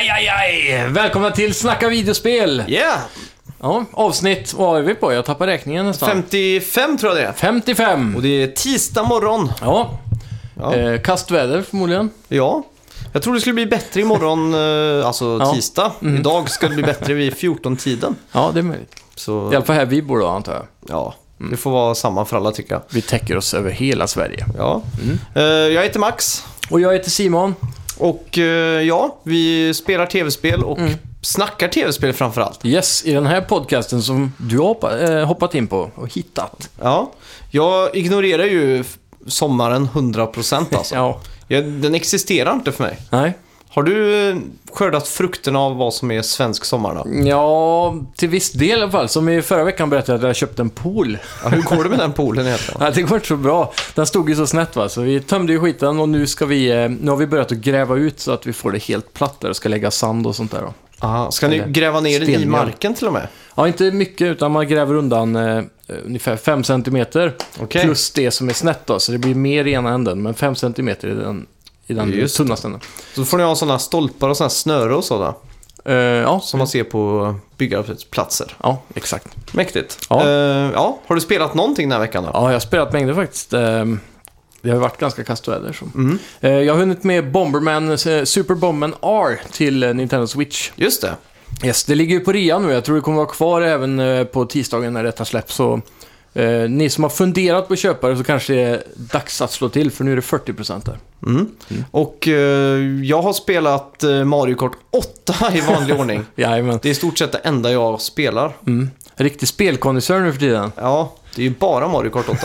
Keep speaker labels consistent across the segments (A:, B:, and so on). A: Hej! Välkomna till Snacka videospel!
B: Yeah!
A: Ja, avsnitt, vad är vi på? Jag tappar räkningen nästan.
B: 55 tror jag det är.
A: 55!
B: Och det är tisdag morgon.
A: Ja.
B: Ja.
A: Eh, kastväder förmodligen.
B: Ja. Jag tror det skulle bli bättre imorgon, eh, alltså
A: Ja. Mm.
B: tisdag. Idag ska det bli bättre vid 14-tiden.
A: Ja, det är möjligt. I
B: Så
A: alla fall här vi bor då, antar jag.
B: ja, det får vara samma för alla tycker jag.
A: Vi täcker oss över hela Sverige.
B: Ja.
A: Mm.
B: Eh, Jag heter Max
A: Och jag heter Simon.
B: och eh, ja, vi spelar tv-spel och
A: Mm.
B: snackar tv-spel framförallt.
A: Yes, i den här podcasten som du har hoppa, eh, hoppat in på och hittat.
B: Ja. Jag ignorerar ju f- sommaren 100% alltså.
A: Ja.
B: jag, den existerar inte för mig.
A: Nej.
B: Har du eh, skördat frukterna av vad som är svensk sommar då?
A: Ja, till viss del i alla fall. Som i förra veckan berättade jag att jag köpte en pool.
B: Ja, hur går det med den poolen egentligen?
A: Ja, det går inte så bra. Den stod ju så snett va, så vi tömde ju skiten och nu ska vi... eh, Nu har vi börjat att gräva ut så att vi får det helt platt där och ska lägga sand och sånt där då.
B: Aha, ska ni
A: Ah, Eller
B: gräva ner den i
A: stenmjöl.
B: marken till och med?
A: Ja, inte mycket utan man gräver undan eh, ungefär 5 cm.
B: Okej.
A: Plus det som är snett då, så det blir mer i ena änden. Men 5 cm i den, i den
B: Just det.
A: tunnaste änden.
B: Så får ni ha sådana stolpar och sådana snöre och sådana
A: Eh, ja,
B: som man ser på byggarbetsplatser.
A: ja, exakt.
B: Mäktigt.
A: Ja.
B: Eh, ja. Har du spelat någonting den här veckan då?
A: Ja, jag har spelat mängder faktiskt. Eh, Det har ju varit ganska kasst väder. så.
B: Mm.
A: Eh, Jag har hunnit med Bomberman, eh, Super Bomberman R till eh, Nintendo Switch.
B: Just det.
A: Yes, det ligger ju på rea nu. Jag tror det kommer vara kvar även eh, på tisdagen när detta släpps. Så, eh, ni som har funderat på att köpa det så kanske det är dags att slå till för nu är det 40% där.
B: Mm.
A: Mm.
B: Och eh, jag har spelat eh, Mario Kart 8 i vanlig ordning.
A: Jajamän.
B: Det är i stort sett det enda jag spelar.
A: Mm. Riktig spelkondisör nu för tiden.
B: Ja, det är ju bara Mario Kart 8.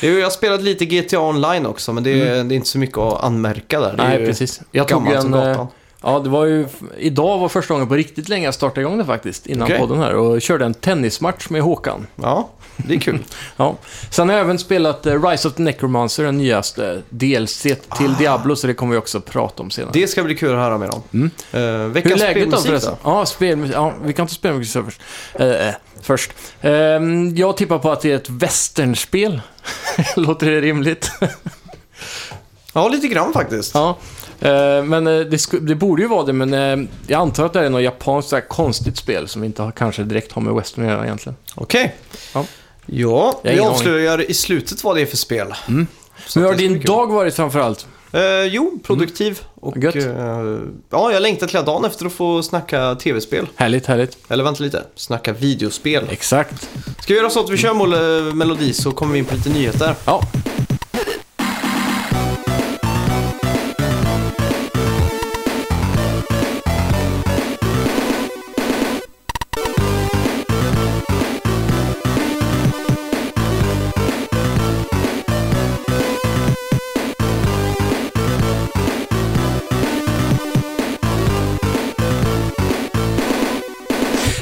B: Det är ju- jag har spelat lite GTA Online också, men det är, det är inte så mycket att anmärka där. Det är
A: Mm. Nej,
B: ju
A: precis. Jag tog
B: gammalt som
A: en... eh,
B: gatan.
A: Ja, det var ju... Idag var första gången på riktigt länge jag startade igång det faktiskt, innan
B: Okej.
A: podden här. Och körde en tennismatch med Håkan.
B: Ja, det är kul.
A: Ja. Sen har jag även spelat eh, Rise of the Necromancer, den nyaste DLC till
B: Ah.
A: Diablo, så det kommer vi också prata om senare.
B: Det ska bli kul att höra mer om.
A: Mm.
B: Eh,
A: Hur är
B: veckans
A: läget då
B: spelmusik
A: förresten?
B: då?
A: Ja, spelmusik. Ja, vi kan inte spela mycket så först. Eh, eh, först. Ehm, jag tippar på att det är ett västernspel. Låter det rimligt?
B: Ja, lite grann faktiskt.
A: ja. Eh, men eh, det, sku- det borde ju vara det, men eh, jag antar att det är något japanskt så här konstigt spel som inte har, kanske direkt har med western att göra egentligen.
B: Okej.
A: Ja.
B: Ja,
A: Jag har
B: vi
A: ingen Mm.
B: avslöjar i slutet vad det är för spel. Så
A: Men hur har
B: det ska
A: din
B: bli kul.
A: dag varit framförallt?
B: Eh, jo, produktiv. Och,
A: Gött.
B: eh, ja, jag längtar hela dagen efter att få snacka tv-spel.
A: Härligt, härligt.
B: Eller vänta lite, snacka videospel.
A: Exakt.
B: Ska vi göra så att vi kör mol- melodi så kommer vi in på lite nyheter.
A: Ja.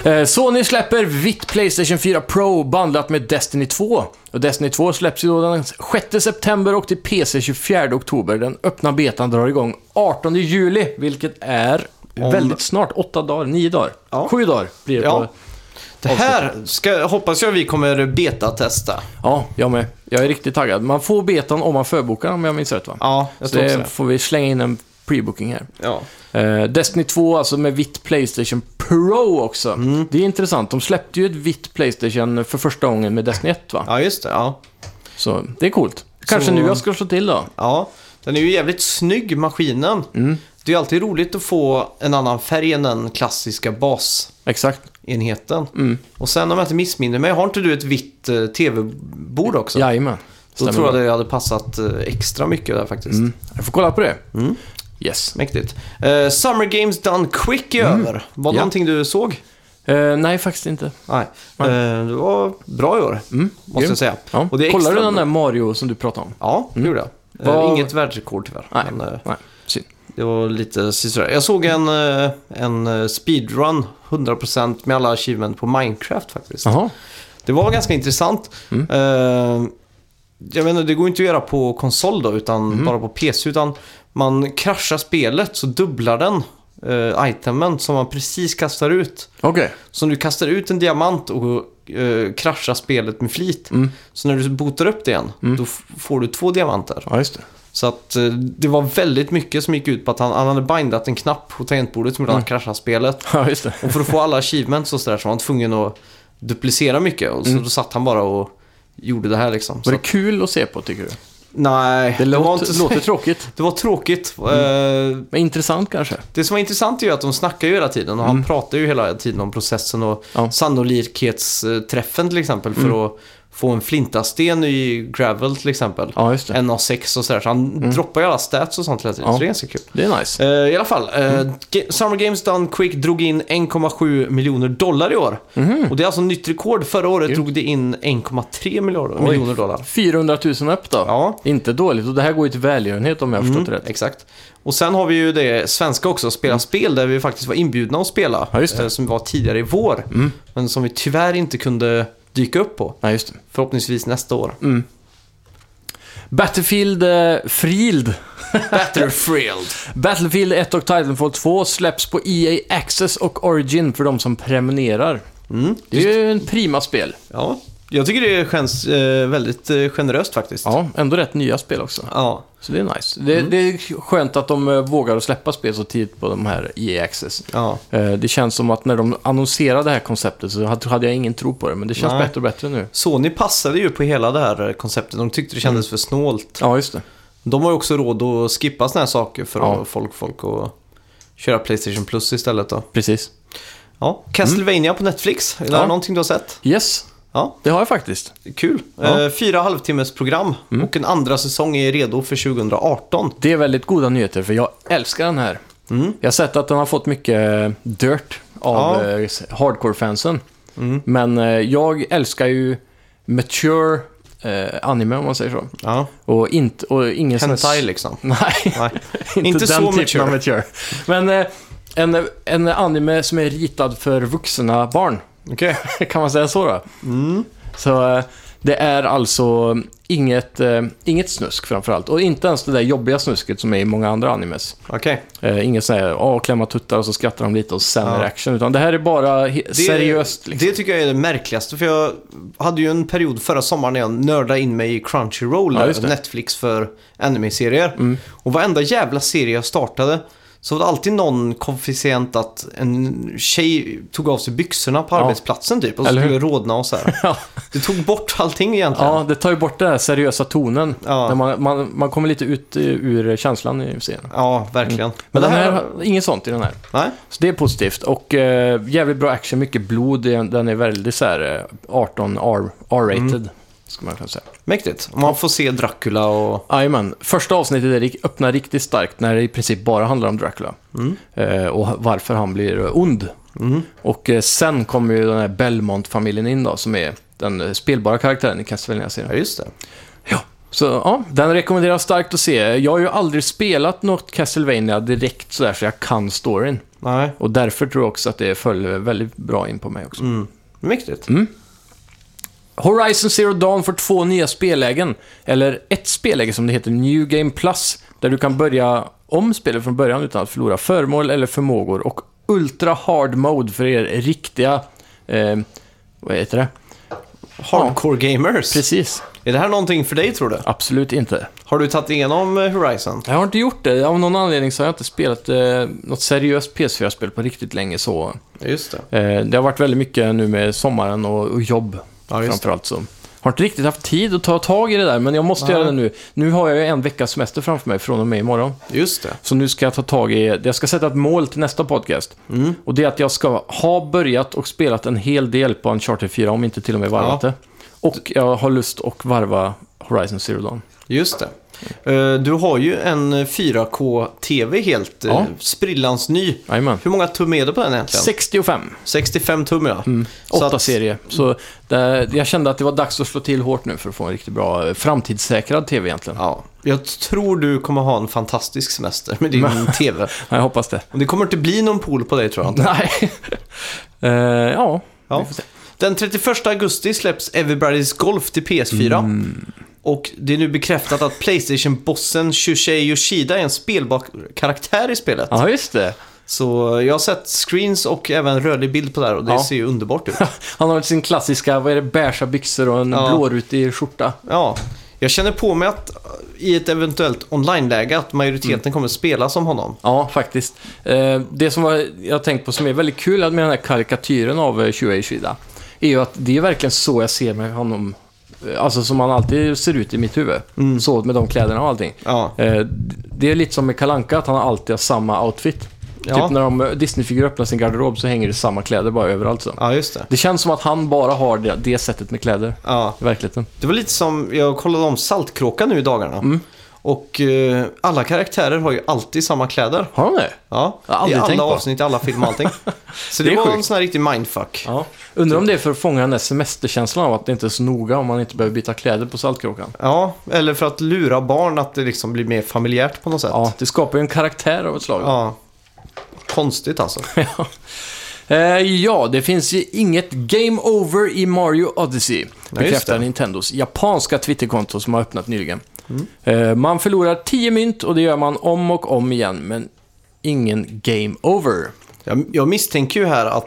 A: Eh, Sony släpper vitt Playstation 4 Pro bandlat med Destiny 2. Och Destiny 2 släpps ju då den 6 september och till PC 24 oktober. Den öppna betan drar igång 18 juli, vilket är
B: Om-
A: väldigt snart. 8 dagar, 9 dagar,
B: Ja.
A: 7 dagar blir det
B: Ja.
A: på...
B: Det här ska, hoppas jag vi kommer beta-testa.
A: Ja, jag med. Jag är riktigt taggad. Man får betan om man förbokar om jag minns rätt va?
B: Ja, jag
A: Så
B: tror också
A: det
B: det.
A: får vi slänga in en pre-booking här.
B: Ja.
A: Eh, Destiny 2 alltså med vitt Playstation Pro också.
B: Mm.
A: Det är intressant. De släppte ju ett vitt Playstation för första gången med Destiny 1 va?
B: ja, just det. Ja.
A: Så det är coolt. Kanske
B: Så-
A: nu jag ska slå till då.
B: ja, den är ju jävligt snygg, maskinen.
A: Mm.
B: Det är ju alltid roligt att få en annan färg än den klassiska basenheten.
A: Exakt. Mm.
B: Och sen om jag inte missminner mig, har inte du ett vitt eh, tv-bord också?
A: Jajamän.
B: Då
A: Stämmer
B: tror jag
A: bra.
B: det hade passat eh, extra mycket där faktiskt.
A: Mm. Jag får kolla på det.
B: Mm.
A: Yes.
B: Mäktigt. Eh, Summer Games Done Quick är över. Var det
A: Mm. Ja.
B: någonting du såg?
A: Eh, nej, faktiskt inte.
B: Nej. Eh, det var bra i år, måste
A: Mm. grymt.
B: jag säga.
A: Ja.
B: Och det är
A: Kollar
B: extra
A: du den
B: bra.
A: där Mario som du pratade om?
B: Ja, det gjorde jag. Eh,
A: Vad-
B: Inget världsrekord tyvärr.
A: Nej.
B: Men, eh,
A: Nej, synd.
B: det var lite sisådär. Jag såg en, eh, en eh, speedrun, 100% med alla achievement på Minecraft faktiskt.
A: Jaha.
B: Det var ganska intressant. Eh, jag menar, det går inte att göra på konsol då, utan bara på PC. Utan man kraschar spelet så dubblar den eh, itemen som man precis kastar ut.
A: Okej.
B: Så när du kastar ut en diamant och eh, kraschar spelet med flit. Så när du botar upp det igen, då f- får du två diamanter.
A: Ja, just det.
B: Så att eh, det var väldigt mycket som gick ut på att han, han hade bindat en knapp på tangentbordet som gjorde att han
A: Mm.
B: kraschade spelet.
A: Ja, just det.
B: Och för att få alla achievements och sådär så var han tvungen att duplicera mycket. Och så då satt han bara och gjorde det här liksom. Så
A: Mm. Var det
B: att,
A: kul att se på tycker du?
B: nej,
A: Det,
B: var
A: låter,
B: inte så-
A: låter Mm. tråkigt,
B: det var tråkigt. Eh,
A: men intressant kanske.
B: Det som var intressant är ju att de snackar ju hela tiden och han pratar ju hela tiden om processen och
A: Mm. Ja. Mm.
B: sannolikhetsträffen till exempel för att få en flintasten i gravel till exempel.
A: Ja, just det.
B: NA6 och sådär. Så han droppar ju alla stats och sånt hela tiden.
A: Ja.
B: Så det är ganska kul.
A: Det är nice.
B: Eh, I alla fall, eh,
A: Mm.
B: Ga- Summer Games Done Quick drog in 1,7 miljoner dollar i år.
A: Mhm.
B: Och det är alltså nytt rekord. Förra året
A: Grymt.
B: drog det in 1,3 miljarder- miljoner dollar.
A: 400 000 upp då.
B: Eh. Ja.
A: Inte dåligt. Och det här går ju till välgörenhet om jag har förstått
B: Mm,
A: rätt. Mm.
B: Exakt. Och sen har vi ju det svenska också, Spela spel, där vi faktiskt var inbjudna att spela.
A: Ja, just det. Mm.
B: eh, Som var tidigare i vår, men som vi tyvärr inte kunde dyka upp på.
A: Nej, just det.
B: Förhoppningsvis nästa år.
A: Mm. Battlefield eh, Frield.
B: Battlefield.
A: Battlefield 1 och Titanfall 2 släpps på EA Access och Origin för de som prenumererar.
B: Mm.
A: Det är ju en prima spel.
B: Ja, jag tycker det känns eh, väldigt eh, generöst faktiskt.
A: Ja, ändå rätt nya spel också.
B: Ja.
A: Så det är nice. Det, det är skönt att de eh, vågar att släppa spel så tidigt på de här EA Access.
B: ja.
A: Eh, Det känns som att när de annonserade det här konceptet så hade hade jag ingen tro på det, men det känns
B: Nej.
A: bättre och bättre nu.
B: Sony passade ju på hela det här eh, konceptet. De tyckte det
A: Mm.
B: kändes för snålt.
A: Ja, just det.
B: De har ju också råd att skippa såna här saker för
A: Ja.
B: att folk, folk att köra Playstation Plus istället då.
A: Precis.
B: Ja, Castlevania på Netflix. Är det här
A: Mm. Ja.
B: någonting du har sett?
A: Yes,
B: Ja,
A: det har jag faktiskt.
B: kul.
A: Ja. Mm.
B: Eh, fyra halvtimmes program och en andra säsong är redo för 2018.
A: Det är väldigt goda nyheter, för jag älskar den här. Jag har sett att den har fått mycket dirt av
B: Mm. Ja. Mm.
A: eh, hardcore-fansen. Men eh, jag älskar ju mature eh, anime, om man säger så.
B: Ja.
A: Och, inte, och ingen sån här-
B: Hentai liksom.
A: Nej.
B: Nej.
A: inte,
B: Inte
A: den
B: så
A: typen av
B: mature.
A: mature. Men eh, en, en anime som är ritad för vuxna barn.
B: Okej.
A: kan man säga så då? Så eh, det är alltså inget, eh, inget snusk framförallt. Och inte ens det där jobbiga snusket som är i många andra animes.
B: Okej.
A: Eh, inget sån här, "Åh, klämma tuttar och så skrattar de lite och sen
B: Ja.
A: är det action. Utan det här är bara he-
B: Det-
A: seriöst. Liksom.
B: Det tycker jag är det märkligaste för jag hade ju en period förra sommaren när jag nördade in mig i Crunchyroll,
A: Ja, just det. Mm.
B: Netflix för anime-serier. Och varenda jävla serie jag startade så var det alltid någon koefficient att en tjej tog av sig byxorna på
A: Ja.
B: arbetsplatsen typ och så
A: Eller hur?
B: skulle rodna och så här.
A: Ja.
B: Det tog bort allting egentligen.
A: Ja, det tar ju bort den här seriösa tonen.
B: Ja.
A: När man, man, man kommer lite ut eh, ur känslan i serien.
B: Ja, verkligen.
A: Mm. Men den här, inget sånt i den här.
B: Nej?
A: Så det är positivt. Och eh, jävligt bra action, mycket blod. Det är- Den är väldigt så här eh, 18 R- R-rated. Ska man kunna säga.
B: Mäktigt. Man får se Dracula och...
A: Jajamän. Första avsnittet är, rik- öppnar riktigt starkt när det i princip bara handlar om Dracula. Eh, och varför han blir ond. Och eh, sen kommer ju den här Belmont-familjen in då, som är den eh, spelbara karaktären i Castlevania-serien.
B: Ja, just det.
A: Så ja, den rekommenderas starkt att se. Jag har ju aldrig spelat något Castlevania direkt sådär så jag kan storyn.
B: Nej,
A: Och därför tror jag också att det föll väldigt bra in på mig också.
B: mäktigt.
A: Mm. Horizon Zero Dawn får två nya spellägen. Eller ett spelläge som det heter New Game Plus. Där du kan börja om spelet från början utan att förlora föremål eller förmågor. Och Ultra Hard Mode för er riktiga... Eh, vad heter det?
B: Hardcore gamers.
A: Precis.
B: Är det här någonting för dig tror du?
A: Absolut inte.
B: Har du tagit igenom eh, Horizon?
A: Jag har inte gjort det. Av någon anledning så har jag inte spelat eh, något seriöst PS4-spel på riktigt länge. så...
B: Ja, just det.
A: Eh, Det har varit väldigt mycket nu med sommaren och, och jobb
B: Ja, just det.
A: framförallt. Så. Har inte riktigt haft tid att ta tag i det där, men jag måste
B: Nej.
A: göra det nu. Nu har jag ju en veckas semester framför mig från och med imorgon.
B: Just det.
A: Så nu ska jag ta tag i, jag ska sätta ett mål till nästa podcast.
B: Mm.
A: Och det är att jag ska ha börjat och spelat en hel del på Uncharted 4, om inte till och med varvat
B: Ja.
A: det. Och jag har lust att varva Horizon Zero Dawn.
B: Just det. Eh, Du har ju en eh, 4K-TV helt eh,
A: Ja.
B: sprillans ny.
A: Jajamän.
B: Hur många tum är det på den egentligen?
A: 65.
B: 65 tum ja. Så
A: Åtta
B: att-
A: serie. Så det, jag kände att det var dags att slå till hårt nu för att få en riktigt bra eh, framtidssäkrad TV egentligen.
B: Ja. Jag tror du kommer ha en fantastisk semester med din TV.
A: Ja, jag hoppas det.
B: Och det kommer inte bli någon pool på dig tror jag inte.
A: Nej. Eh, ja.
B: Ja. Den 31 augusti släpps Everybody's Golf till PS4. Och det är nu bekräftat att Playstation-bossen Shushei Yoshida är en spelbar karaktär i spelet.
A: ja, just det.
B: Så jag har sett screens och även rörlig bild på det här och det
A: Ja.
B: ser ju underbart ut.
A: Han har sin klassiska, vad är det, beiga byxor och en
B: Ja.
A: blårutig skjorta.
B: Ja, Jag känner på mig att eh, i ett eventuellt online-läge att majoriteten
A: Mm.
B: kommer spela som honom.
A: Ja, faktiskt. Eh, Det som var, jag har tänkt på som är väldigt kul med den här karikatyren av eh, Shuei Ishida är ju att det är verkligen så jag ser med honom. eh, Alltså som han alltid ser ut i mitt huvud. Så med de kläderna och allting.
B: Mm. Ja,
A: Eh, Det är lite som med Kalanka att han alltid har samma outfit.
B: Ja.
A: Typ när de eh, Disney-figurer öppnar sin garderob så hänger det samma kläder bara överallt. Så.
B: ja just det.
A: Det känns som att han bara har det, det sättet med kläder
B: Ja.
A: i verkligheten.
B: Det var lite som, jag kollade om Saltkråkan nu i dagarna.
A: Mm.
B: Och eh, alla karaktärer har ju alltid samma kläder.
A: Har han det?
B: Ja,
A: Jag har aldrig
B: i alla
A: tänkt på.
B: avsnitt, alla filmer, allting. Så det,
A: Det är
B: var en
A: sjukt.
B: sån här riktig mindfuck.
A: Ja. Undrar om det är för att fånga den där semesterkänslan av att det inte är så noga om man inte behöver byta kläder på Saltkråkan.
B: Ja, eller för att lura barn att det liksom blir mer familjärt på något sätt.
A: Ja, det skapar ju en karaktär av ett slag.
B: Ja. Konstigt alltså.
A: Eh, ja, det finns ju inget Game Over i Mario Odyssey. Bekräftar
B: det.
A: Nintendos japanska Twitterkonto som har öppnat nyligen. Eh, man förlorar 10 mynt och det gör man om och om igen, men ingen Game Over.
B: Jag, jag misstänker ju här att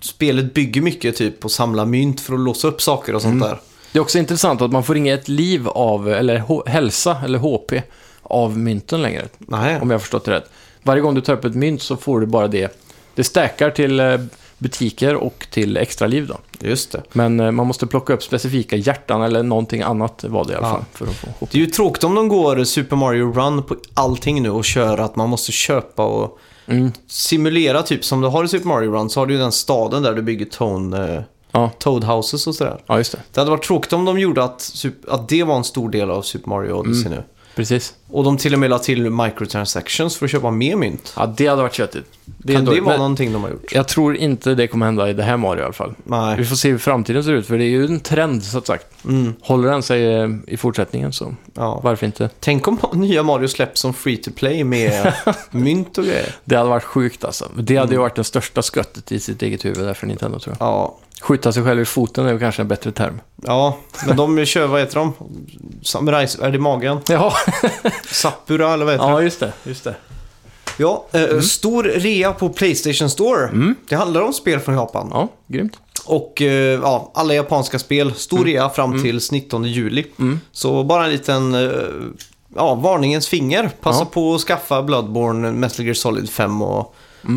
B: spelet bygger mycket typ på att samla mynt för att låsa upp saker och sånt
A: Mm.
B: där.
A: Det är också intressant att man får inget liv av, eller h- hälsa, eller HP, av mynten längre.
B: Nej.
A: Om jag har förstått det rätt. Varje gång du tar upp ett mynt så får du bara det. Det stackar till eh, butiker och till extra liv då.
B: Just det.
A: Men eh, man måste plocka upp specifika hjärtan eller någonting annat var det i alla
B: Ja.
A: fall. För att få ihop.
B: Det är ju tråkigt om de går Super Mario Run på allting nu och kör att man måste köpa och
A: Mm.
B: simulera typ som du har i Super Mario Run så har du ju den staden där du bygger Tone, eh,
A: Ja.
B: Toad Houses och sådär.
A: ja, just det.
B: Det hade varit tråkigt om de gjorde att, sup- att det var en stor del av Super Mario Odyssey
A: Mm.
B: nu.
A: Precis.
B: Och de till och med la till microtransactions för att köpa mer mynt.
A: Ja, det hade varit köttigt. Det är
B: kan det
A: dåligt,
B: vara
A: men
B: någonting de har gjort?
A: Jag tror inte det kommer hända i det här Mario i alla fall. Vi
B: Nej.
A: får se hur framtiden ser ut, för det är ju en trend så att sagt.
B: Mm,
A: Håller den sig eh, i fortsättningen så
B: ja.
A: varför inte?
B: Tänk om nya Mario släpps som free to play med mynt och grejer.
A: Det hade varit sjukt alltså. Det hade
B: Mm.
A: ju varit den största sköttet i sitt eget huvud där för Nintendo tror jag.
B: Ja.
A: Skjuta sig själv i foten är väl kanske en bättre term.
B: ja, men de kör, vad heter de? Samurai, är det magen?
A: Jaha,
B: Sapura eller vad heter
A: ja just det. Just det.
B: det? Ja, eh,
A: Mm.
B: stor rea på Playstation Store. Det handlar om spel från Japan.
A: Ja, grymt.
B: Och eh, ja, alla japanska spel, stor
A: Mm.
B: rea fram tills 19 juli. Så bara en liten eh, ja, varningens finger. Passa
A: Ja.
B: på att skaffa Bloodborne, Metal Gear Solid 5 och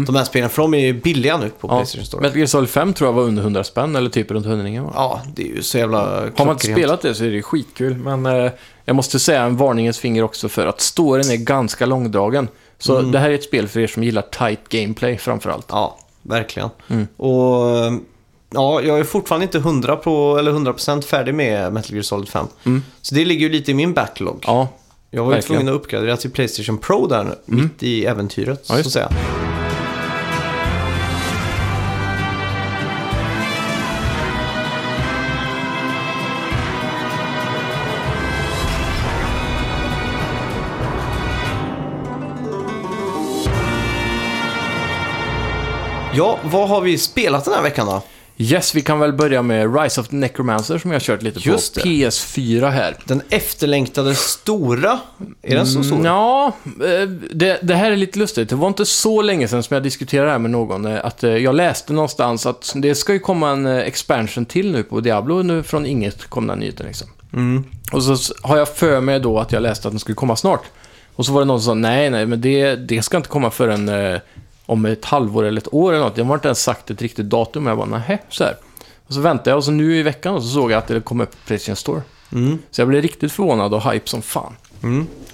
B: de här spelen. För de är ju billiga nu på
A: Mm. Ja.
B: Playstation Store.
A: Metal Gear Solid 5 tror jag var under 100 spänn eller typ runt hundringen va?
B: Ja, det är ju så jävla
A: Har man inte
B: klockrent.
A: spelat det så är det skitkul, men eh, jag måste säga en varningens finger också för att storyn är ganska långdragen. Så
B: Mm.
A: det här är ett spel för er som gillar tight gameplay framförallt.
B: Ja, verkligen.
A: Mm.
B: Och eh, ja, jag är fortfarande inte 100%, på, eller 100 färdig med Metal Gear Solid 5. Så det ligger ju lite i min backlog.
A: Mm. Ja,
B: Jag var ju
A: Verkligen. Mm.
B: tvungen att uppgradera till Playstation Pro där nu, mitt i äventyret, så
A: just
B: att säga. Ja, vad har vi spelat den här veckan då?
A: yes, vi kan väl börja med Rise of the Necromancer som jag har kört lite på
B: Just det.
A: PS4 här.
B: Den efterlängtade stora. Är den så stor?
A: Mm, Ja, eh, det, det här är lite lustigt. Det var inte så länge sedan som jag diskuterade det här med någon. eh, Att eh, jag läste någonstans att det ska ju komma en eh, expansion till nu på Diablo. Nu från inget kom den nyheten liksom. Och så s- har jag för mig då att jag läste att den skulle komma snart. Och så var det någon som sa nej, nej, men det, det ska inte komma förrän eh, om ett halvår eller ett år eller något. Jag har inte ens sagt ett riktigt datum. Jag bara, nähä, så här. Och så väntade jag och så nu i veckan och så såg jag att det kom upp på Playstation Store. Så jag blev riktigt förvånad och hype som fan.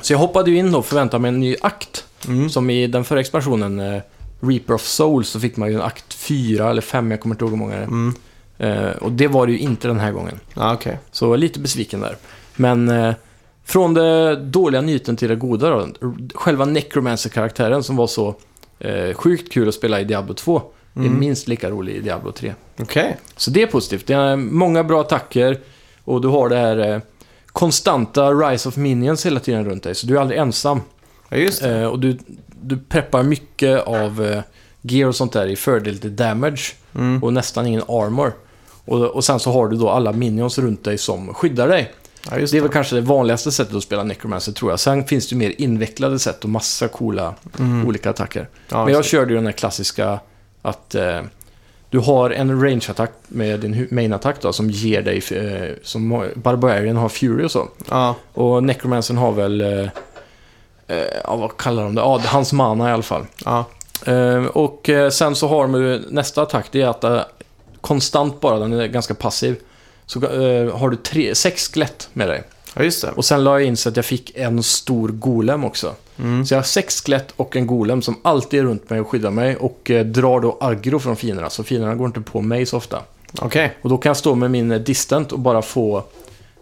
A: Så jag hoppade ju in då och förväntade mig en ny akt. Som i den förra expansionen, eh, Reaper of Souls, så fick man ju en akt 4 eller 5, jag kommer inte ihåg hur många det är. Eh, och det var det ju inte den här gången.
B: Ja, okej.
A: Så jag var lite besviken där. Men eh, från det dåliga nyheten till det goda då. Själva Necromancer-karaktären som var så eh, sjukt kul att spela i Diablo 2 är minst lika rolig i Diablo 3.
B: Okej.
A: Så det är positivt. Det är många bra attacker och du har det här eh, konstanta Rise of Minions hela tiden runt dig. Så du är aldrig ensam.
B: Ja, just det.
A: Eh, och du, du preppar mycket av eh, gear och sånt där i fördel till damage
B: Mm.
A: och nästan ingen armor. Och, och sen så har du då alla minions runt dig som skyddar dig.
B: Ja, just
A: Det är väl kanske det vanligaste sättet att spela Necromancer tror jag. Sen finns det ju mer invecklade sätt och massa coola olika attacker.
B: Mm. Ja,
A: Men jag
B: just
A: körde ju den här klassiska att eh, Du har en range-attack med din hu- main-attack då, som ger dig... Eh, som har- Barbarian har Fury och så.
B: Ja,
A: Och Necromancern har väl... Eh, eh, ja, vad kallar de det? Ja, hans mana i alla fall.
B: ja.
A: Eh, och eh, sen så har de ju nästa attack, det är att eh, konstant bara, den är ganska passiv. Så eh, har du tre, sex skelett med dig.
B: ja just det.
A: Och sen la jag in så att jag fick en stor golem också.
B: Mm.
A: Så jag har sex skelett och en golem som alltid är runt mig och skyddar mig och eh, drar då aggro från fienderna. Så fienderna går inte på mig så ofta.
B: Okej.
A: Och då kan jag stå med min eh, distant och bara få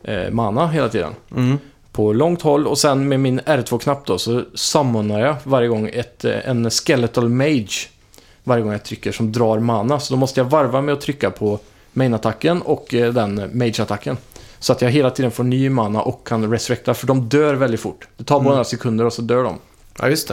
A: eh, mana hela tiden.
B: Mm.
A: På långt håll och sen med min R2-knapp då så summonar jag varje gång ett, eh, en skeletal mage. Varje gång jag trycker som drar mana. Så då måste jag varva med att trycka på main-attacken och eh, den eh, mage-attacken. Så att jag hela tiden får ny mana och kan resurrecta för de dör väldigt fort. Det tar bara
B: Mm.
A: några sekunder och så dör de.
B: Ja, just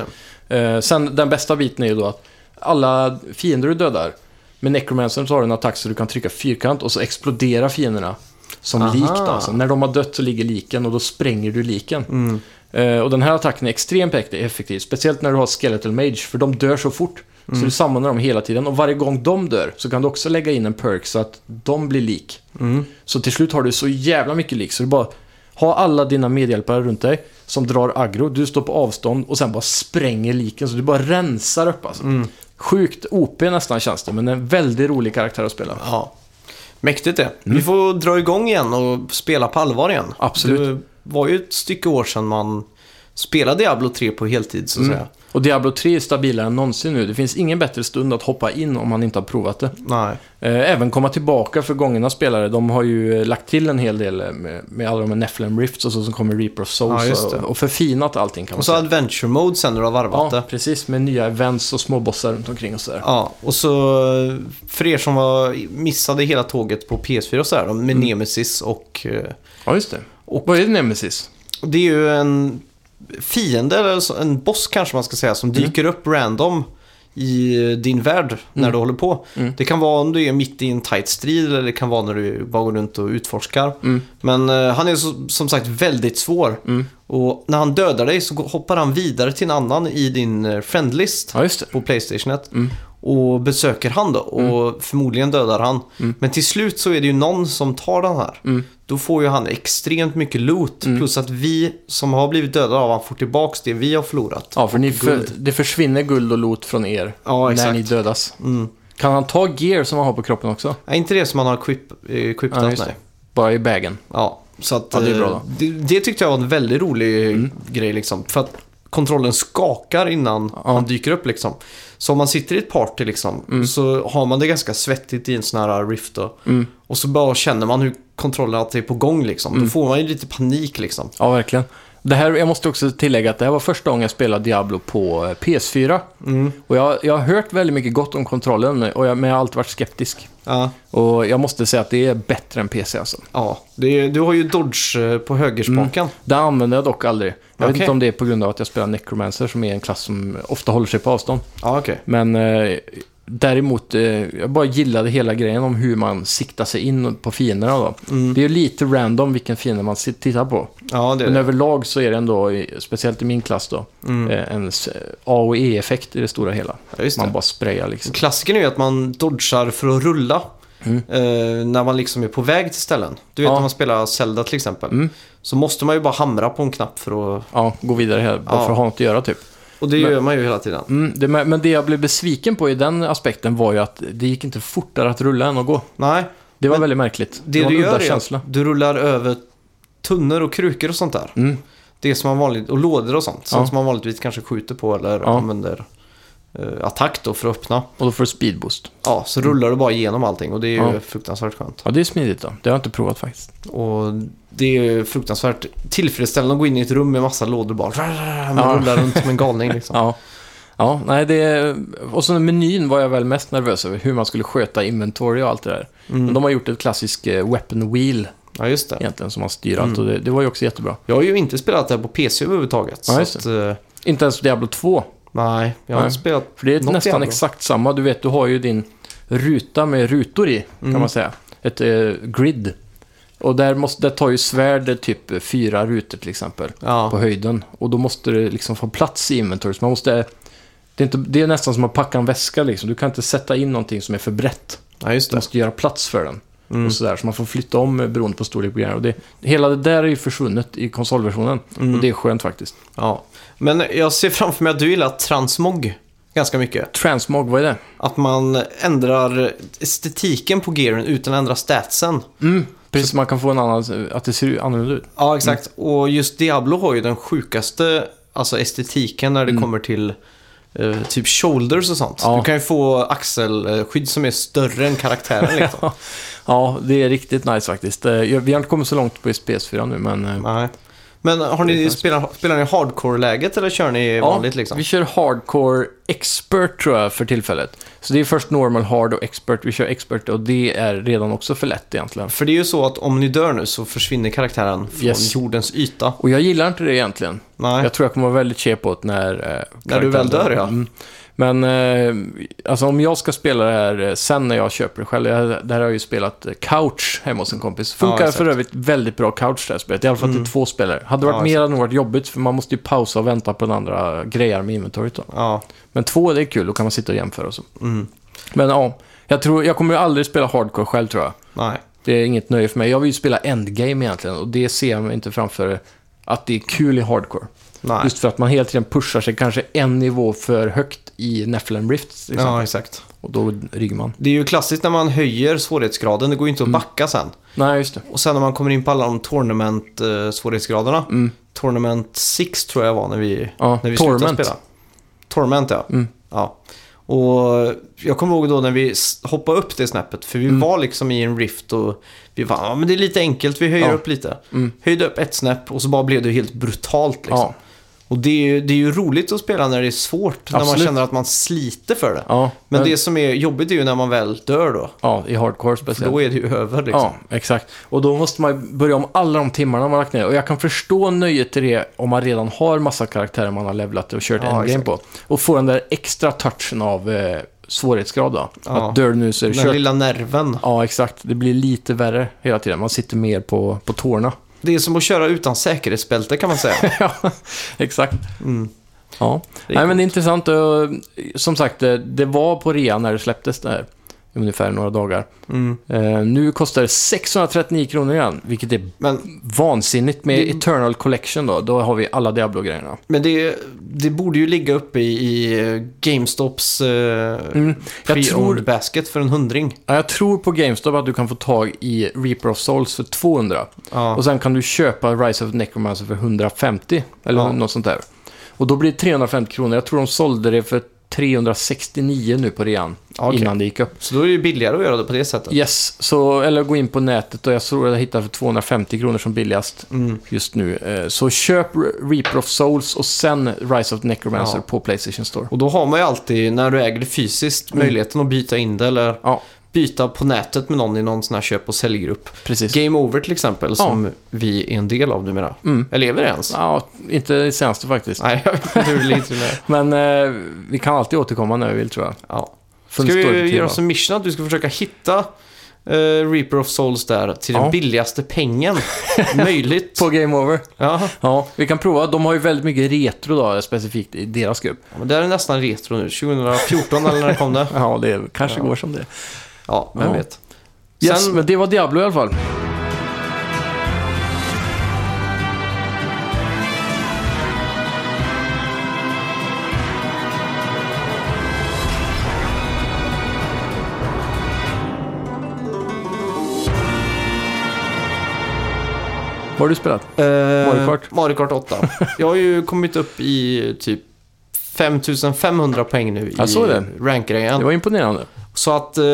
B: det.
A: Eh, sen den bästa biten är ju då att alla fiender du dödar, med Necromancern så har du en attack så du kan trycka fyrkant och så exploderar fienderna. Som
B: Aha.
A: lik då, alltså. När de har dött så ligger liken och då spränger du liken.
B: Mm.
A: Eh, och den här attacken är extremt effekt- effektiv, speciellt när du har Skeletal Mage, för de dör så fort. Så du sammanar dem hela tiden och varje gång de dör så kan du också lägga in en perk så att de blir lik.
B: Mm.
A: Så till slut har du så jävla mycket lik så du bara har alla dina medhjälpare runt dig som drar aggro, du står på avstånd och sen bara spränger liken så du bara rensar upp alltså. Sjukt OP nästan känns det, men en väldigt rolig karaktär att spela.
B: Ja. Mäktigt det. Vi får dra igång igen och spela på allvar igen.
A: Mm. Absolut.
B: Det var ju ett stycke år sedan man spelade Diablo 3 på heltid så att
A: Mm.
B: säga.
A: Och Diablo 3 är stabilare än någonsin nu. Det finns ingen bättre stund att hoppa in om man inte har provat det.
B: Nej.
A: Eh, Även komma tillbaka för gångna spelare. De har ju eh, lagt till en hel del eh, med, med alla de här Nephilim Rifts och så som kommer Reaper of
B: Ja,
A: Souls
B: just
A: och,
B: det.
A: och förfinat allting kan man
B: Och så
A: säga.
B: Adventure Mode sen när du har varvat
A: Ja,
B: det.
A: precis. Med nya events och småbossar runt omkring och sådär.
B: Ja, och så för er som var, missade hela tåget på PS4 och sådär, då,
A: Mm.
B: med Nemesis och... eh,
A: Ja, just det. Och vad är det Nemesis?
B: Det är ju en fiende, eller så- en boss kanske man ska säga, som
A: Mm.
B: dyker upp random i din värld när du håller på.
A: Mm.
B: Det kan vara om du är mitt i en tight strid eller det kan vara när du bara går runt och utforskar.
A: Mm.
B: Men eh, han är så, som sagt väldigt svår.
A: Mm.
B: Och när han dödar dig så går- hoppar han vidare till en annan i din eh, friendlist
A: Ja, just det.
B: på Playstation 1.
A: Mm.
B: Och besöker han då och förmodligen dödar han.
A: Mm.
B: Men till slut så är det ju någon som tar den här.
A: Mm.
B: Då får ju han extremt mycket loot. Plus att vi som har blivit dödade av han får tillbaka det vi har förlorat.
A: Ja, för ni för,
B: guld.
A: det försvinner guld och loot från er
B: Ja,
A: när ni dödas.
B: Mm.
A: Kan han ta gear som han har på kroppen också?
B: Nej, inte det som han har equip- eh, equipat,
A: Ja, just
B: nej.
A: det. Bara i bagen.
B: Ja, så att,
A: Ja, det är bra Mm.
B: eh,
A: då.
B: det, det tyckte jag var en väldigt rolig grej liksom. För att kontrollen skakar innan
A: Ja.
B: han dyker upp liksom. Så om man sitter i ett party liksom, så har man det ganska svettigt i en sån här rift då.
A: Mm.
B: Och så bara känner man hur kontrollen att det är på gång liksom. Då får man ju lite panik liksom.
A: Ja, verkligen. Det här, jag måste också tillägga att det här var första gången jag spelade Diablo på eh, PS4. Och jag, jag har hört väldigt mycket gott om kontrollen, och jag, men jag har alltid varit skeptisk.
B: Ja,
A: Och jag måste säga att det är bättre än PC alltså.
B: ja. Det är, du har ju dodge eh, på högerspaken.
A: Det använder jag dock aldrig. Jag vet
B: Okej.
A: inte om det är på grund av att jag spelar Necromancer som är en klass som ofta håller sig på avstånd.
B: Ja, okej.
A: Men eh, däremot, eh, jag bara gillade hela grejen om hur man siktar sig in på fienderna då. Det är ju lite random vilken fiende man sit- tittar på.
B: Ja, det är
A: Men
B: det.
A: överlag så är det ändå, i- speciellt i min klass då, eh, en s- A och E-effekt i det stora hela.
B: Ja, Mm. just det.
A: Man bara sprayar liksom.
B: Klassiken är ju att man dodgar för att rulla. eh, när man liksom är på väg till ställen. Du vet
A: Mm. Ja.
B: när man spelar Zelda till exempel.
A: Mm.
B: Så måste man ju bara hamra på en knapp för att...
A: Ja, gå vidare här, bara
B: Ja.
A: för att ha något att göra typ.
B: Och det
A: Men-
B: gör man ju hela tiden.
A: Mm, det, men men det jag blev besviken på i den aspekten var ju att det gick inte fortare att rulla än att gå.
B: Nej,
A: Det var
B: Men
A: väldigt märkligt.
B: det,
A: var en
B: du gör
A: udda
B: är
A: känsla.
B: att du rullar över tunnor och krukor och sånt där.
A: Mm.
B: Det som man vanligt, och lådor och sånt. Sånt
A: Ja.
B: som man vanligtvis kanske skjuter på eller
A: Ja.
B: använder eh, attack då för att öppna.
A: Och då får du speedboost.
B: Ja, så rullar du bara igenom allting och det är ju
A: Ja.
B: fruktansvärt skönt.
A: Ja, det är smidigt då. Det har jag inte provat faktiskt.
B: Och det är ju fruktansvärt tillfredsställande att gå in i ett rum med massa lådor bara. Man
A: Ja.
B: rullar runt som en galning liksom.
A: Ja. Ja, nej det... Och så menyn var jag väl mest nervös över. Hur man skulle sköta inventory och allt det där. Men
B: Mm.
A: de har gjort ett klassiskt eh, weapon wheel
B: Ja, just det.
A: egentligen som man styr
B: Mm.
A: allt. Och det, det var ju också jättebra.
B: Jag har ju inte spelat det här på PC överhuvudtaget.
A: Ja,
B: så
A: just
B: att, eh,
A: Inte ens Diablo 2.
B: nej, jag har
A: Nej.
B: inte spelat.
A: För det är
B: Något
A: nästan
B: Diablo.
A: exakt samma. Du vet, du har ju din ruta med rutor i,
B: Mm.
A: kan man säga. Ett eh, grid. Och där, måste, där tar ju svärd eh, typ eh, fyra rutor till exempel. på
B: Ja,
A: höjden. Och då måste det liksom få plats i inventory. Så man måste... Det är, inte, det är nästan som att packa en väska liksom. Du kan inte sätta in någonting som är för brett.
B: Ja, Mm. just
A: Du
B: det.
A: måste göra plats för den. Och sådär, så man får flytta om eh, beroende på storlek på grejerna. Och det, hela det där är ju försvunnet i konsolversionen.
B: Mm.
A: Och det är skönt faktiskt.
B: Ja. Men jag ser framför mig att du gillar transmog ganska mycket.
A: Transmog, vad är det?
B: Att man ändrar estetiken på gearen utan att ändra statsen.
A: Precis, man kan få en annan, att det ser annorlunda ut.
B: Ja, exakt. Och just Diablo har ju den sjukaste alltså estetiken när det kommer till eh, typ shoulders och sånt.
A: Mm. Ja.
B: Du kan ju få axelskydd som är större än karaktären liksom.
A: Ja, det är riktigt nice faktiskt. Eh, jag- Vi har inte kommit så långt på PS4 nu, men... eh,
B: Nej. Men har
A: Det är
B: ni,
A: nice.
B: spelar, spelar ni hardcore-läget eller kör ni vanligt liksom?
A: Vi kör hardcore expert tror jag för tillfället. Så det är först normal, hard och expert. Vi kör expert och det är redan också för lätt egentligen.
B: För det är ju så att om ni dör nu så försvinner karaktären från
A: Yes.
B: jordens yta.
A: Och jag gillar inte det egentligen.
B: Nej.
A: Jag tror jag kommer vara väldigt chep åt när... eh,
B: När
A: karaktären
B: du väl dör, ja.
A: Mm. Men eh, alltså, om jag ska spela det här eh, sen när jag köper det själv. Jag, det här har jag ju spelat eh, couch hemma hos en kompis. Funkar
B: exakt. Mm.
A: för övrigt väldigt bra couch det här spelet. I alla fall till två spelare. Hade det varit
B: Ja,
A: mer hade det nog varit jobbigt för man måste ju pausa och vänta på den andra grejer med inventoriet. Då.
B: Ja.
A: Men två, det är kul. Då kan man sitta och jämföra och så.
B: Mm.
A: Men ja, jag, tror, jag kommer ju aldrig spela hardcore själv tror jag.
B: Nej.
A: Det är inget nöje för mig. Jag vill ju spela endgame egentligen och det ser jag mig inte framför att det är kul i hardcore.
B: Nej.
A: Just för att man hela tiden pushar sig kanske en nivå för högt i Nephilim Rifts. till exempel.
B: Ja, exakt.
A: Och då rygger man.
B: Det är ju klassiskt när man höjer svårighetsgraden, det går ju inte att
A: Mm.
B: backa sen.
A: Nej, just det.
B: Och sen när man kommer in på alla de tournament-svårighetsgraderna. Tournament 6 tror jag var när vi,
A: Mm. Ja, Mm.
B: när vi
A: Torment.
B: slutade spela. Torment, ja. ja. Och jag kommer ihåg då när vi s- hoppade upp det snäppet, för vi
A: Mm.
B: var liksom i en rift och vi var, ja men det är lite enkelt, vi höjer
A: Ja. Mm.
B: upp lite. Höjde upp ett snäpp och så bara blev det helt brutalt liksom.
A: Ja.
B: Och det är, ju, det är ju roligt att spela när det är svårt, när man
A: Absolut.
B: känner att man sliter för det.
A: Ja,
B: Men det som är jobbigt är ju när man väl dör då.
A: ja, i hardcore
B: För
A: speciellt.
B: då är det ju över liksom.
A: Ja, exakt. Och då måste man börja om alla de timmarna man lagt ner. Och jag kan förstå nöjet i det om man redan har massa karaktärer man har levlat och kört
B: Ja,
A: endgame
B: exakt.
A: på. Och få den där extra touchen av eh, svårighetsgrad då.
B: Ja.
A: Att dör du nu så är det
B: Den
A: kört.
B: lilla nerven.
A: Ja, exakt. Det blir lite värre hela tiden. Man sitter mer på, på tårna.
B: Det är som att köra utan säkerhetsbälte kan man säga.
A: ja, exakt. Ja.
B: Mm. Det är
A: Nej, men det är intressant. Och, som sagt, det, det var på rea när det släpptes där. Ungefär några dagar.
B: Mm.
A: Eh, nu kostar det 639 kronor igen, vilket är
B: Men,
A: vansinnigt med
B: Det-
A: Eternal Collection då. Då har vi alla Diablo-grejerna.
B: men det, det borde ju ligga uppe i, i GameStops eh, pre-owned
A: Mm. Jag tror-
B: basket för en hundring.
A: Ja, Jag tror på GameStop att du kan få tag i Reaper of Souls för 200.
B: Ja.
A: Och sen kan du köpa Rise of Necromancer för 150 eller
B: Ja.
A: något sånt där. Och då blir det 350 kronor. Jag tror de sålde det för 369 nu på rean
B: Okej.
A: innan det gick upp.
B: Så då är det ju billigare att göra det på det sättet.
A: Yes, så, eller gå in på nätet och jag tror jag hittar för 250 kronor som billigast
B: Mm.
A: just nu. Eh, Så köp Re- Reaper of Souls och sen Rise of Necromancer
B: Ja.
A: på Playstation Store.
B: Och då har man ju alltid, när du äger det fysiskt, möjligheten att byta in det eller
A: Mm. Ja,
B: byta på nätet med någon i någon sån här köp och säljgrupp.
A: precis.
B: Game Over till exempel, som vi är en del av numera. Eller är vi det ens?
A: Mm. Ja, inte det senaste faktiskt.
B: Nej, jag vet inte hur det ligger till med det.
A: Men eh, vi kan alltid återkomma när vi vill tror jag.
B: Ja. Ska
A: Full story
B: vi
A: till,
B: göra
A: va?
B: som mission att du ska försöka hitta eh, Reaper of Souls där till
A: Ja.
B: den billigaste pengen möjligt?
A: På Game Over.
B: Ja,
A: Ja, vi kan prova. De har ju väldigt mycket retro då, specifikt i deras grupp.
B: men det här är nästan retro nu. 2014 eller när det kom det?
A: Ja, det kanske går som det.
B: Ja, vem
A: Ja.
B: vet.
A: Yes,
B: Sen-
A: men det var Diablo i alla fall. Vad har du spelat?
B: Eh,
A: Mario Kart.
B: Mario Kart 8. Jag har ju kommit upp i typ 5500 poäng nu i
A: Jag såg det. Det
B: rankingen.
A: var imponerande.
B: Så att eh,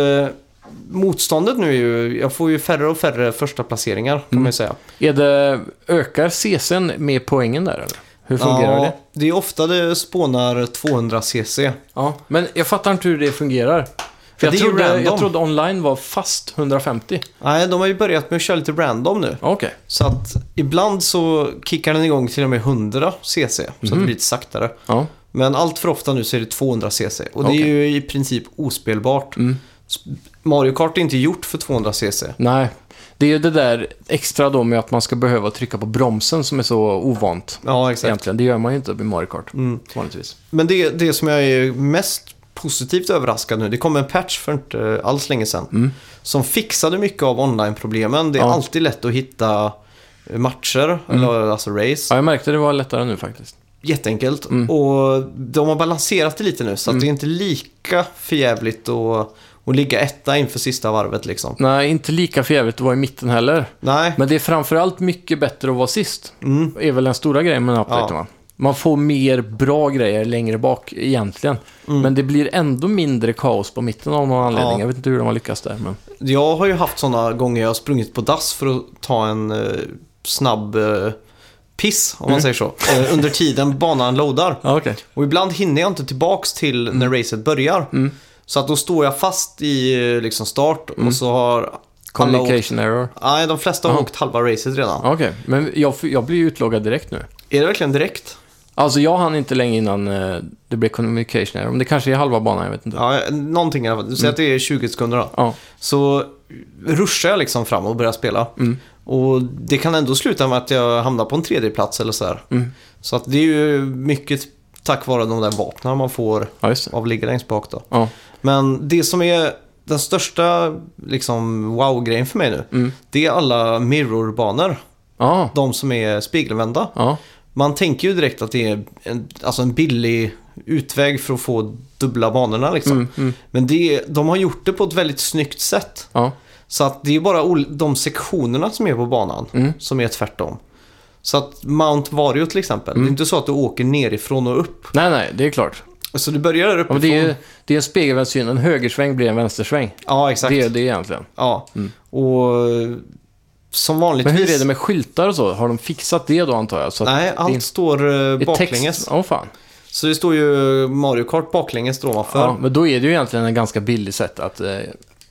B: motståndet nu är ju... Jag får ju färre och färre första placeringar kan man
A: Mm.
B: ju säga.
A: Är det, ökar CSN med poängen där eller? Hur fungerar
B: ja,
A: det?
B: Det är ofta det spånar 200 CC.
A: Ja, men jag fattar inte hur det fungerar. För jag,
B: Ja, det är ju
A: trodde,
B: random.
A: jag trodde online var fast 150.
B: Nej, de har ju börjat med att köra lite random nu.
A: Ja, Okej.
B: Så att ibland så kickar den igång till och med 100 CC. Så att det
A: Mm.
B: blir lite saktare.
A: Ja.
B: Men allt för ofta nu så är det 200 CC. Och det
A: Okej. Mm.
B: är ju i princip ospelbart. Sp- Mario Kart är inte gjort för 200 CC.
A: Nej, det är ju det där extra då med att man ska behöva trycka på bromsen som är så ovant.
B: Ja, exakt.
A: Mm. Egentligen, det gör man ju inte med Mario Kart vanligtvis.
B: Men det, det som jag är mest positivt överraskad nu. Det kom en patch för inte eh, alls länge sedan. Som fixade mycket av online-problemen. Det är
A: Mm. Ja. Mm.
B: alltid lätt att hitta eh, matcher, eller alltså race.
A: Ja, jag märkte det var lättare nu faktiskt.
B: Jätteenkelt.
A: Mm.
B: Och de har balanserat det lite nu, så att det är inte lika förjävligt att, att ligga etta inför sista varvet liksom.
A: Nej, inte lika förjävligt att vara i mitten heller.
B: Nej,
A: Men det är framförallt mycket bättre att vara sist. Det är väl den stora grejen med den här updaten,
B: Mm. Ja.
A: va? Man får mer bra grejer längre bak egentligen. Men det blir ändå mindre kaos på mitten av någon anledning.
B: Mm. Ja.
A: Jag vet inte hur de har lyckats där. Men...
B: jag har ju haft sådana gånger jag har sprungit på dass för att ta en eh, snabb eh, piss, om
A: Mm.
B: man säger så. Eh, under tiden banan loadar.
A: Ja, okej.
B: Och ibland hinner jag inte tillbaks till
A: Mm.
B: när racet börjar. Så att då står jag fast i eh, liksom start och så har alla åkt...
A: Mm. Communication error.
B: Nej, de flesta har åkt halva racet redan.
A: Ja, Okej, men jag, jag blir ju utloggad direkt nu.
B: Är det verkligen direkt?
A: Alltså jag hann inte länge innan eh, det blev communication error. Men det kanske är halva banan, jag vet inte.
B: Ja, någonting i alla fall. Säg att det är 20 sekunder då.
A: Ja.
B: Så ruschar jag liksom fram och börjar spela. Och det kan ändå sluta med att jag hamnar på en tredje plats eller så här. Så att det är ju mycket tack vare de där vapnen man får
A: ja, just det.
B: av att ligga längst bak då.
A: Ja.
B: Men det som är den största liksom, wow-grejen för mig nu, det är alla mirrorbanor.
A: Ja.
B: De som är spegelvända.
A: Ja.
B: Man tänker ju direkt att det är en, alltså en billig utväg för att få dubbla banorna. Liksom.
A: Mm,
B: Men det, de har gjort det på ett väldigt snyggt sätt.
A: Ja.
B: Så att det är bara ol- de sektionerna som är på banan
A: Mm.
B: som är tvärtom. Så att Mount Vario till exempel,
A: Mm.
B: det är inte så att du åker nerifrån och upp.
A: Nej, nej, det är klart.
B: Så du börjar där
A: Ja,
B: uppifrån.
A: men det är ju det är en spegelvändsyn. En högersväng blir en vänstersväng.
B: ja exakt.
A: Det är det egentligen.
B: Ja. Och som
A: Mm. Men hur är
B: vanligtvis...
A: det med skyltar och så? Har de fixat det då antar jag? Så att
B: Nej, allt
A: det-
B: står eh,
A: det är
B: baklänges.
A: text- Åh fan.
B: Så det står ju Mario Kart baklänges då ovanför.
A: Ja, men då är det ju egentligen en ganska billig sätt att... Eh,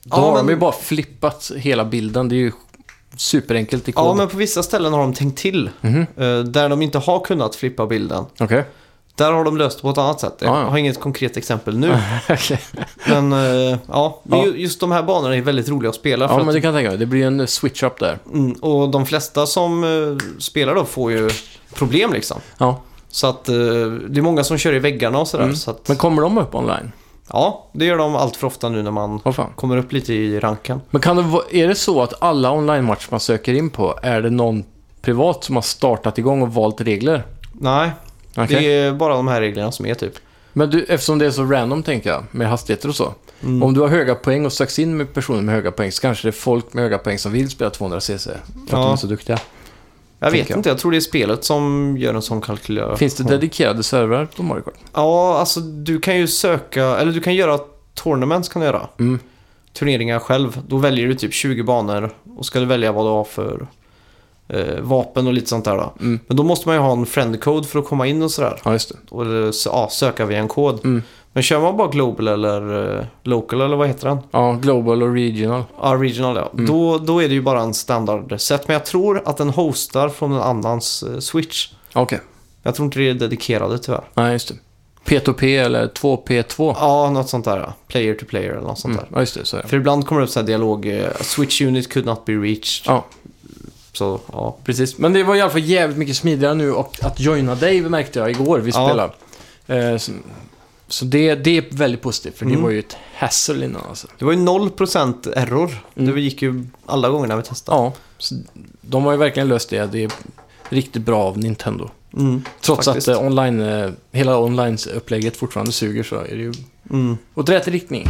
A: då har de
B: men-
A: ju bara flippat hela bilden. Det är ju superenkelt i kod.
B: Ja, men på vissa ställen har de tänkt till.
A: Mhm.
B: Eh, där de inte har kunnat flippa bilden.
A: Okej.
B: Där har de löst det på ett annat sätt. Jag
A: Ja, ja.
B: har inget konkret exempel nu.
A: Okej.
B: Men eh, ja,
A: Ja.
B: ju- just de här banorna är väldigt roliga att spela. För
A: Ja,
B: att,
A: men det kan jag tänka mig. Det blir en switch-up där.
B: mm, och de flesta som eh, spelar då får ju problem liksom.
A: Ja.
B: Så att eh, det är många som kör i väggarna och sådär. Så att,
A: Mm. Men kommer de upp online?
B: ja, det gör de allt för ofta nu när man
A: Åh fan.
B: kommer upp lite i ranken.
A: Men kan det, va- är det så att alla online-matcher man söker in på, är det någon privat som har startat igång och valt regler?
B: Nej,
A: Okej.
B: det är bara de här reglerna som är typ.
A: Men du, eftersom det är så random, tänker jag, med hastigheter och så.
B: Mm.
A: Om du har höga poäng och söks in med personer med höga poäng så kanske det är folk med höga poäng som vill spela 200 cc. För att de är så duktiga.
B: Jag vet
A: Tänker jag.
B: inte, jag tror det är spelet som gör en sån kalkyl.
A: Finns det dedikerade servrar på Mario Kart?
B: Ja, alltså du kan ju söka, eller du kan göra tournaments kan du göra.
A: Mm.
B: Turneringar själv. Då väljer du typ 20 banor och ska du välja vad du har för eh, vapen och lite sånt där då.
A: Mm.
B: Men då måste man ju ha en friend code för att komma in och sådär.
A: Ja, just det.
B: Och eh, sö- ja, söka via en kod.
A: Mm.
B: Men kör man bara global eller eh, local eller vad heter den?
A: Ja, global och regional.
B: Ja, regional ja.
A: Mm.
B: Då, då är det ju bara en standard set. Men jag tror att den hostar från en annans eh, switch.
A: Okej.
B: Jag tror inte det är dedikerade tyvärr.
A: Nej, just det. P2P eller 2P2.
B: Ja, något sånt där. ja. Player to player eller något sånt där.
A: Mm. Ja, just det. Så är det.
B: För ibland kommer det upp så här dialog, eh, switch unit could not be reached.
A: Ja.
B: Så, ja.
A: Precis, men det var i alla fall jävligt mycket smidigare nu och att joina dig märkte jag igår vi
B: Ja.
A: spelade. Eh, så så det, det är väldigt positivt, för det
B: Mm.
A: var ju ett hassle innan alltså.
B: Det var ju 0% error.
A: Mm.
B: Det gick ju alla gånger när vi testade.
A: Ja, så de har ju verkligen löst det. Det är riktigt bra av Nintendo.
B: Mm,
A: Trots
B: faktiskt.
A: att eh, online, eh, hela online-upplägget fortfarande suger så är det ju
B: Mm.
A: åt rätt riktning.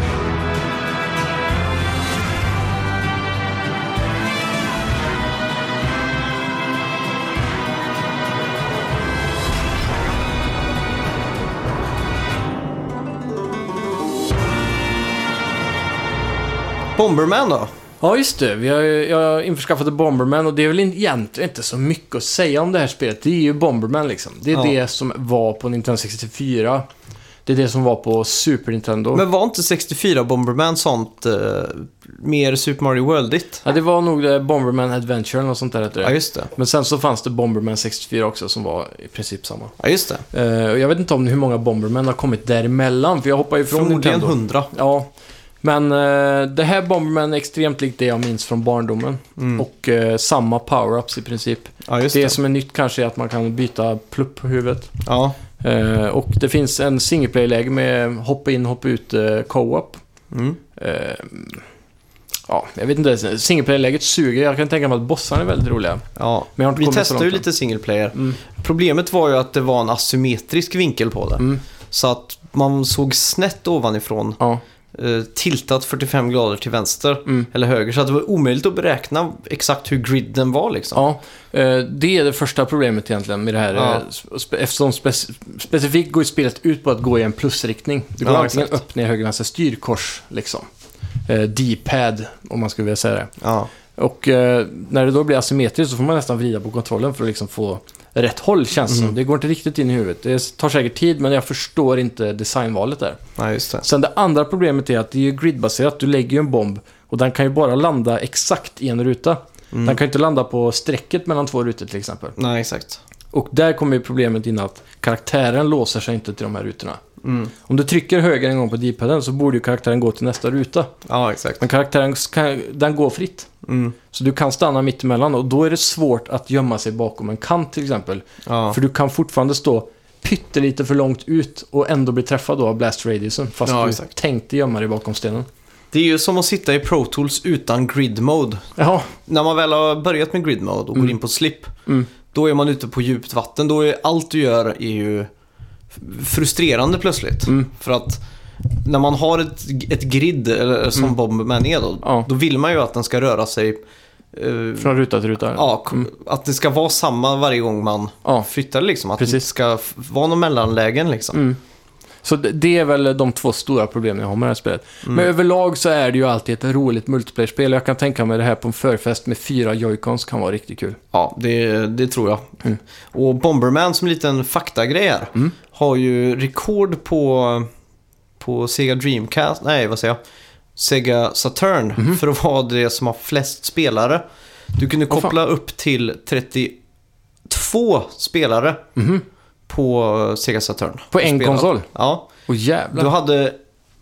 B: Bomberman då?
A: Ja, just det. Vi har, ju- jag har införskaffat ett Bomberman och det är väl in- egentligen inte så mycket att säga om det här spelet. Det är ju Bomberman liksom. Det är
B: Ja.
A: det som var på Nintendo 64. Det är det som var på Super Nintendo.
B: Men var inte 64 Bomberman sånt eh, mer Super Mario Worldigt?
A: Ja, det var nog det Bomberman Adventure eller något sånt där hette
B: Ja,
A: det.
B: just det.
A: Men sen så fanns det Bomberman 64 också som var i princip samma.
B: Ja, just det.
A: Eh, och jag vet inte om hur många Bomberman har kommit däremellan, för jag hoppar ju från
B: Förmodligen
A: Nintendo.
B: 100.
A: Ja, men eh, det här Bomberman är extremt likt det jag minns från barndomen. Och eh, samma power-ups i princip.
B: Ja, Mm. just
A: det
B: det.
A: som är nytt kanske är att man kan byta plupp på huvudet.
B: Ja.
A: Eh, Eh, och det finns en singleplay-läge med hoppa in, hoppa ut eh, co-op.
B: Mm.
A: Eh, ja, jag vet inte. Singleplay-läget suger. Jag kan tänka mig att bossarna är väldigt roliga.
B: Ja.
A: Men jag har inte
B: Vi
A: kommit så
B: testade ju
A: långt än.
B: lite single player.
A: Mm.
B: Problemet var ju att det var en asymmetrisk vinkel på det.
A: Mm.
B: Så att man såg snett ovanifrån,
A: Ja.
B: eh, tiltat 45 grader till vänster
A: Mm.
B: eller höger. Så att det var omöjligt att beräkna exakt hur griden var liksom.
A: Ja, eh, det är det första problemet egentligen med det här.
B: Ja.
A: eh, spe- Eftersom spec specifikt går ju spelet ut på att gå i en plusriktning. Det går
B: Ja,
A: antingen
B: exakt.
A: upp, ner, höger, vänster, styrkors liksom. Eh, D-pad, om man skulle vilja säga det.
B: Ja.
A: Och eh, när det då blir asymmetriskt så får man nästan vrida på kontrollen för att liksom få rätt håll, känns
B: Mm.
A: det som. Det går inte riktigt in i huvudet. Det tar säkert tid, men jag förstår inte designvalet där.
B: Nej, just det.
A: Sen det andra problemet är att det är ju gridbaserat. Du lägger ju en bomb och den kan ju bara landa exakt i en ruta. Den kan ju inte landa på strecket mellan två rutor till exempel.
B: Nej, exakt.
A: Och där kommer ju problemet in att karaktären låser sig inte till de här rutorna. Om du trycker höger en gång på D-paden så borde ju karaktären gå till nästa ruta.
B: Ja, exakt.
A: Men karaktären kan, den går fritt.
B: Mm.
A: Så du kan stanna mittemellan och då är det svårt att gömma sig bakom en kant till exempel.
B: Ja.
A: För du kan fortfarande stå pyttelite för långt ut och ändå bli träffad då av blast radiusen. Fast
B: Ja,
A: du
B: exakt.
A: tänkte gömma dig bakom stenen.
B: Det är ju som att sitta i Pro Tools utan grid mode.
A: Jaha,
B: När man väl har börjat med grid mode och går in på slip,
A: Mm.
B: då är man ute på djupt vatten. Då är allt du gör är ju f- frustrerande plötsligt.
A: Mm.
B: För att när man har ett, ett grid, eller som Bobman är då,
A: Ja.
B: då vill man ju att den ska röra sig. eh,
A: från ruta till ruta.
B: ja, k- Att det ska vara samma varje gång man
A: Ja.
B: flyttar liksom. Att
A: Precis.
B: det inte ska f- vara någon mellanlägen liksom.
A: Mm. Så det- det är väl de två stora problemen jag har med det här spelet.
B: Mm.
A: Men överlag så är det ju alltid ett roligt multiplayer-spel. Jag kan tänka mig det här på en förfest med fyra joycons kan vara riktigt kul.
B: Ja, det, det tror jag.
A: Mm.
B: Och Bomberman som liten faktagrej här har ju rekord på, på Sega Dreamcast, nej vad säger jag, Sega Saturn för att vara det som har flest spelare. Du kunde
A: Mm-hmm. Åh, fan.
B: koppla upp till 32 spelare på Sega Saturn.
A: Mm-hmm. På
B: Och
A: en
B: spela.
A: konsol?
B: Ja,
A: Och
B: du
A: jävlar.
B: hade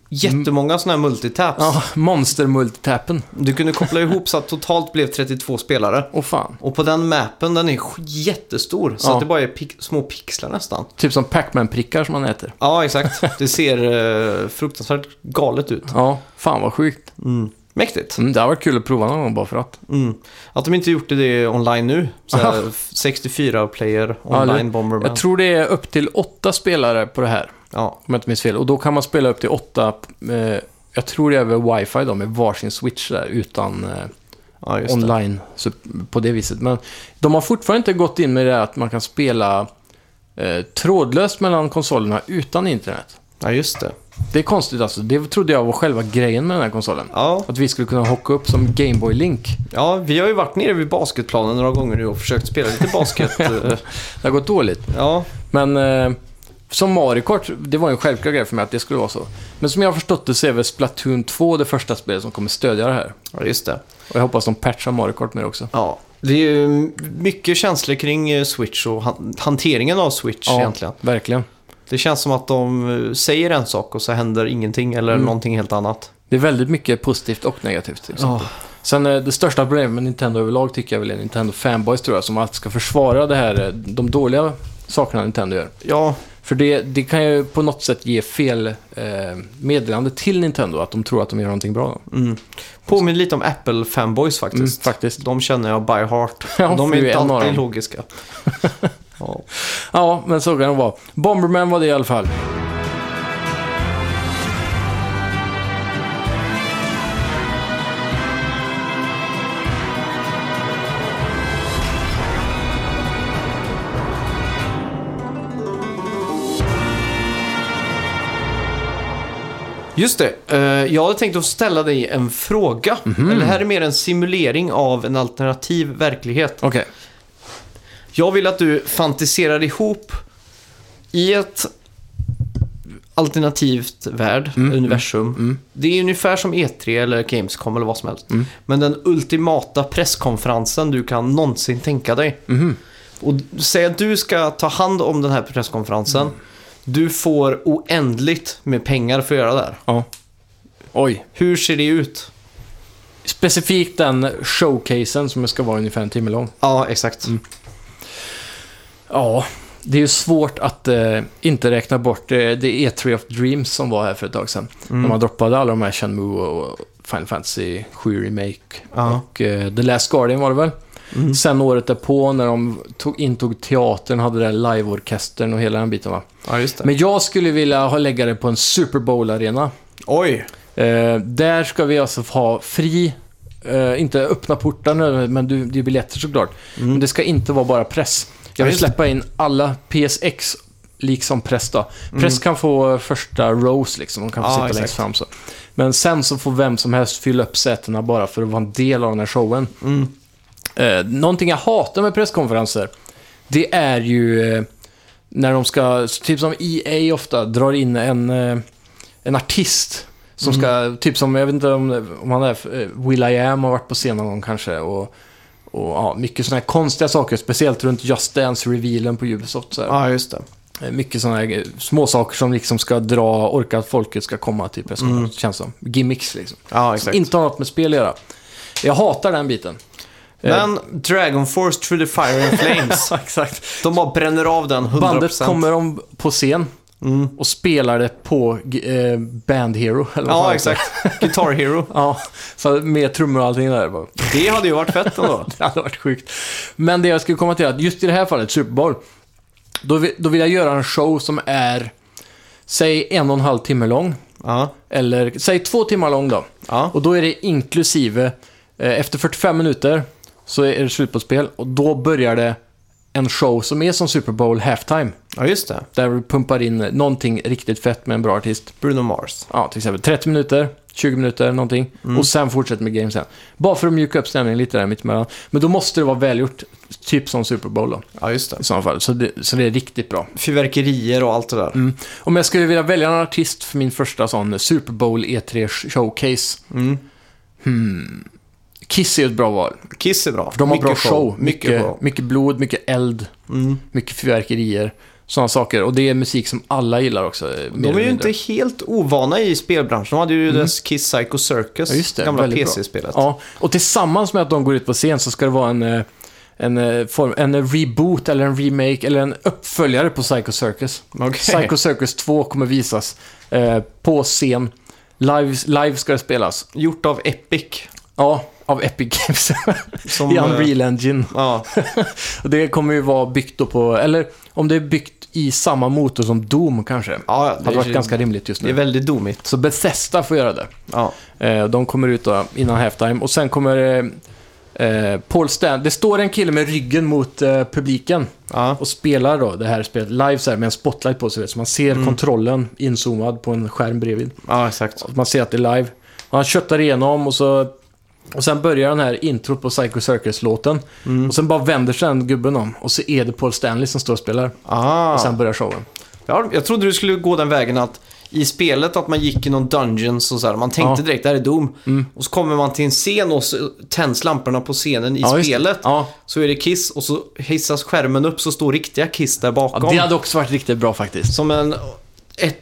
B: jättemånga sådana här multitaps.
A: Ja, monster-multitappen.
B: Du kunde koppla ihop så att totalt blev 32 spelare.
A: Åh fan.
B: Och på den mappen, den är sk- jättestor. Så
A: Ja.
B: att det bara är pix- små pixlar nästan.
A: Typ som Pac-Man-prickar som man äter.
B: Ja, exakt. Det ser eh, fruktansvärt galet ut.
A: Ja, fan vad sjukt.
B: Mm. Mäktigt.
A: Mm, det har varit kul att prova någon gång bara för att.
B: Mm. Att de inte gjort det online nu. Så här 64-player
A: Ja,
B: online
A: eller-
B: Bomberman.
A: Jag tror det är upp till åtta spelare på det här,
B: Ja,
A: om jag inte minns fel. Och då kan man spela upp till åtta, eh, jag tror det är över wifi då, med varsin switch där utan... Eh,
B: ja just det.
A: online så på det viset. Men de har fortfarande inte gått in med det här att man kan spela eh, trådlöst mellan konsolerna utan internet.
B: Ja, just det.
A: Det är konstigt alltså. Det trodde jag var själva grejen med den här konsolen.
B: Ja.
A: Att vi skulle kunna hocka upp som Gameboy Link.
B: ja, vi har ju varit nere vid basketplanen några gånger nu och försökt spela lite basket. eh,
A: Det har gått dåligt.
B: ja,
A: Men eh, som Mario Kart, det var ju en självklar grej för mig att det skulle vara så. Men som jag har förstått det så är väl Splatoon 2 det första spelet som kommer stödja det här.
B: ja, just det.
A: Och jag hoppas de patchar Mario Kart med det också.
B: Ja. Det är ju mycket känslor kring eh, Switch och han- hanteringen av Switch egentligen.
A: verkligen.
B: Det känns som att de eh, säger en sak och så händer ingenting eller
A: Mm.
B: någonting helt annat.
A: Det är väldigt mycket positivt och negativt. Liksom.
B: Ja,
A: Sen eh, det största problemet med Nintendo överlag tycker jag väl är Nintendo fanboys tror jag, som alltid ska försvara det här, eh, de dåliga sakerna Nintendo gör.
B: ja,
A: För det, det kan ju på något sätt ge fel eh, meddelande till Nintendo, att de tror att de gör någonting bra. typ,
B: mm. påminner lite om Apple fanboys
A: Mm,
B: faktiskt.
A: faktiskt.
B: De känner jag by heart.
A: Ja,
B: de är
A: du är
B: inte
A: en av
B: alltid
A: dem.
B: logiska. ja.
A: Ja, men så kan det vara. Bomberman var det i alla fall.
B: Just det, eh, jag hade tänkt att ställa dig en fråga.
A: Mhm.
B: Eller det här är mer en simulering av en alternativ verklighet.
A: Okej.
B: Jag vill att du fantiserar ihop i ett alternativt värld, universum. Det är ungefär som E3 eller Gamescom eller vad som helst. Men den ultimata presskonferensen du kan någonsin tänka dig.
A: Mhm,
B: Och d- säg att du ska ta hand om den här presskonferensen. Du får oändligt med pengar för att göra det här.
A: Ja. Oj.
B: Hur ser det ut?
A: Specifikt den
B: Mm.
A: showcasen som ska vara ungefär en timme lång.
B: Ja, exakt.
A: Ja, det är ju svårt att eh, inte räkna bort eh, det E3 of Dreams som var här för ett tag sedan.
B: Mm.
A: När man droppade alla de här Shenmue och Final Fantasy 7 Remake.
B: Ja. Mm.
A: Och eh, The Last Guardian var det väl? Sen året därpå när de tog, intog teatern, hade den liveorkestern och hela den biten va.
B: Ja, just det.
A: Men jag skulle vilja ha lägga det på en Super Bowl-arena.
B: Oj!
A: Eh, där ska vi alltså ha fri, eh, inte öppna portarna, men du, det är biljetter såklart. Men det ska inte vara bara press. Jag
B: Mm. Ja,
A: vill
B: just det.
A: släppa in alla PSX, liksom press då. Press kan få första rows liksom, de kan få
B: Mm. Ja,
A: sitta
B: exakt.
A: längst fram så. Men sen så får vem som helst fylla upp sätena bara för att vara en del av den här showen.
B: Mm.
A: Eh, någonting jag hatar med presskonferenser, det är ju eh, när de ska, typ som EA ofta, drar in en, eh, en artist. Som
B: Mm.
A: ska, typ som, jag vet inte om, om han är, eh, Will I Am har varit på scen någon gång kanske. Och, och ja, mycket sådana här konstiga saker, speciellt runt Just Dance-revealen på Ubisoft. Så här.
B: Ja, just det.
A: Eh, Mycket sådana här eh, små saker som liksom ska dra, orka att folket ska komma till presskonferensen, känns som. Gimmicks liksom.
B: Mm. Ja, exakt.
A: Inte har något med spel att göra. Jag hatar den biten.
B: Men Dragon Force Through the Fire and Flames.
A: Exakt.
B: De bara bränner av den 100%.
A: Bandet kommer om på scen
B: Mm.
A: och spelar det på eh, Band Hero. Eller vad fan det
B: Ja,
A: heter.
B: exakt. Guitar Hero.
A: Ja, så med trummor och allting där. Bara,
B: Det hade ju varit fett ändå.
A: Det hade varit sjukt. Men det jag skulle komma till är att just i det här fallet, Super Bowl, då vill, då vill jag göra en show som är, säg en och en halv timme lång.
B: Ja.
A: Eller säg två timmar lång då.
B: Ja.
A: Och då är det inklusive, eh, efter 45 minuter så är det slut på spel och då börjar det en show som är som Super Bowl halftime.
B: ja, just det.
A: Där vi pumpar in någonting riktigt fett med en bra artist.
B: Bruno Mars.
A: Ja, till exempel 30 minuter, 20 minuter, någonting.
B: Mm.
A: Och sen fortsätter med game sen. Bara för att mjuka upp stämningen lite där mittemellan. Men då måste det vara välgjort, typ som Super Bowl då,
B: Ja, just det.
A: i sådana fall. Så det, så det är riktigt bra.
B: Fyrverkerier och allt det där.
A: Mm. Om jag skulle vilja välja en artist för min första sån Super Bowl E3 showcase. Hmm.
B: Mm.
A: Kiss är ett bra val.
B: Kiss är bra.
A: För de har
B: Mycket
A: bra show.
B: Mycket,
A: mycket,
B: show.
A: mycket blod, mycket eld,
B: Mm.
A: mycket fyrverkerier. Sådana saker. Och det är musik som alla gillar också. mer eller
B: De är ju
A: mindre. Mm.
B: inte helt ovana i spelbranschen. De hade ju dess Kiss Psycho Circus,
A: Ja, just det.
B: gamla
A: Väldigt bra.
B: PC-spelet.
A: Ja, och tillsammans med att de går ut på scen så ska det vara en, eh, en, eh, form, en reboot eller en remake eller en uppföljare på Psycho Circus.
B: Okej.
A: Psycho Circus 2 kommer visas eh, på scen. Live, live ska det spelas.
B: Gjort av Epic.
A: Ja, av Epic Games
B: Som,
A: i
B: eh,
A: Unreal Engine.
B: Ja,
A: Och det kommer ju vara byggt då på, eller om det är byggt i samma motor som Doom kanske.
B: ja
A: Hade varit ganska rimligt just
B: Det är
A: nu.
B: väldigt domigt.
A: Så Bethesda får göra det.
B: Ja.
A: Eh, de kommer ut då innan halftime och sen kommer eh, eh, Paul Stan. Det står en kille med ryggen mot eh, publiken
B: Ja.
A: och spelar då det här spelet live så här med en spotlight på sig. vet du. Så man ser kontrollen inzoomad på en skärm bredvid.
B: ja, exakt.
A: Och Man ser att det är live. Och han köttar igenom och så... Och sen börjar den här introt på Psycho Circus-låten. Och sen bara vänder sig den gubben om och så är det Paul Stanley som står och spelar.
B: Ah.
A: Och sen börjar showen.
B: Ja, jag trodde du skulle gå den vägen att i spelet att man gick i någon dungeons och så här. Man tänkte
A: Ja. Mm.
B: direkt, det här är Doom. Och så kommer man till en scen och så tänds lamporna på scenen i
A: Ja, just det.
B: spelet.
A: Ja.
B: Så är det Kiss och så hissas skärmen upp så står riktiga Kiss där bakom.
A: Ja, det hade också varit riktigt bra faktiskt.
B: Som en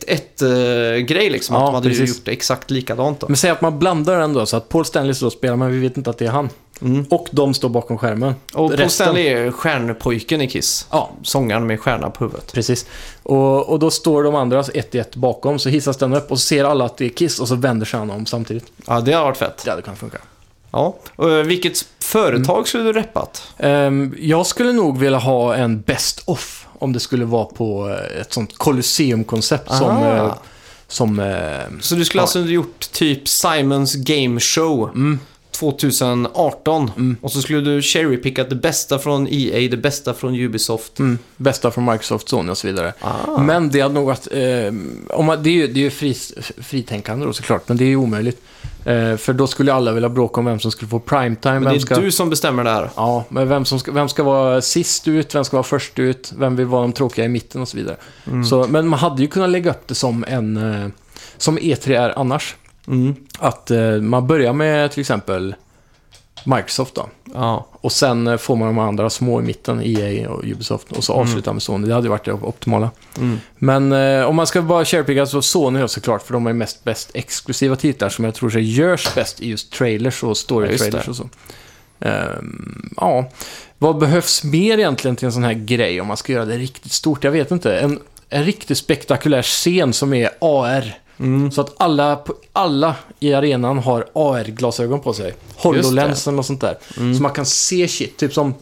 B: 1-1-grej liksom.
A: Ja,
B: att de hade ju
A: precis. Mm.
B: gjort exakt likadant då.
A: Men säg att man blandar den då, så att Paul Stanley står och spelar, men vi vet inte att det är han. Och de står bakom skärmen.
B: Mm. Och Paul
A: Resten-
B: Stanley är ju stjärnpojken i Kiss.
A: Ja,
B: Sångaren med stjärna på huvudet.
A: precis. Och, och då står de andra ett i ett bakom, så hissas den upp och så ser alla att det är Kiss och så vänder sig han om samtidigt.
B: Ja, det har varit fett.
A: Det hade kunnat funka.
B: Ja. Och, eh, vilket företag skulle du reppat?
A: Ehm, jag skulle nog vilja ha en Best Off, om det skulle vara på eh, ett sånt Colosseum-koncept som...
B: Ah.
A: eh, Som... eh,
B: Så du skulle alltså gjort typ Simons Game Show
A: Mm.
B: 2018. Och så skulle du cherrypicka det bästa från EA, det bästa från Ubisoft.
A: Mm, bästa från Microsoft, Sony och så vidare.
B: Ah.
A: Men det hade nog varit... Eh, om man, det är ju, det är ju fris, fritänkande då såklart, men det är ju omöjligt. Eh, för då skulle alla vilja bråka om vem som skulle få primetime.
B: Men det
A: Vem
B: är
A: ska,
B: du som bestämmer det här.
A: Ja, men vem, som ska, vem ska vara sist ut, vem ska vara först ut, vem vill vara de tråkiga i mitten och så vidare.
B: Mm.
A: Så, men man hade ju kunnat lägga upp det som en... Eh, som E3 är annars.
B: Mm.
A: Att eh, man börjar med till exempel Microsoft då.
B: Ja.
A: Och sen eh, får man de andra små i mitten, EA och Ubisoft, och så avslutar med Sony. Det hade ju varit det optimala.
B: Mm.
A: Men eh, om man ska bara sharepicka så Sony då såklart, för de är mest bäst exklusiva titlar som jag tror sig görs bäst i just trailers och
B: Ja, just
A: story-trailers
B: det.
A: och så. Ehm, ja, vad behövs mer egentligen till en sån här grej om man ska göra det riktigt stort? Jag vet inte. En, en riktigt spektakulär scen som är AR.
B: Mm.
A: Så att alla, på- alla i arenan har AR-glasögon på sig. HoloLens eller något sånt där.
B: Mm.
A: Så man kan se shit. Typ som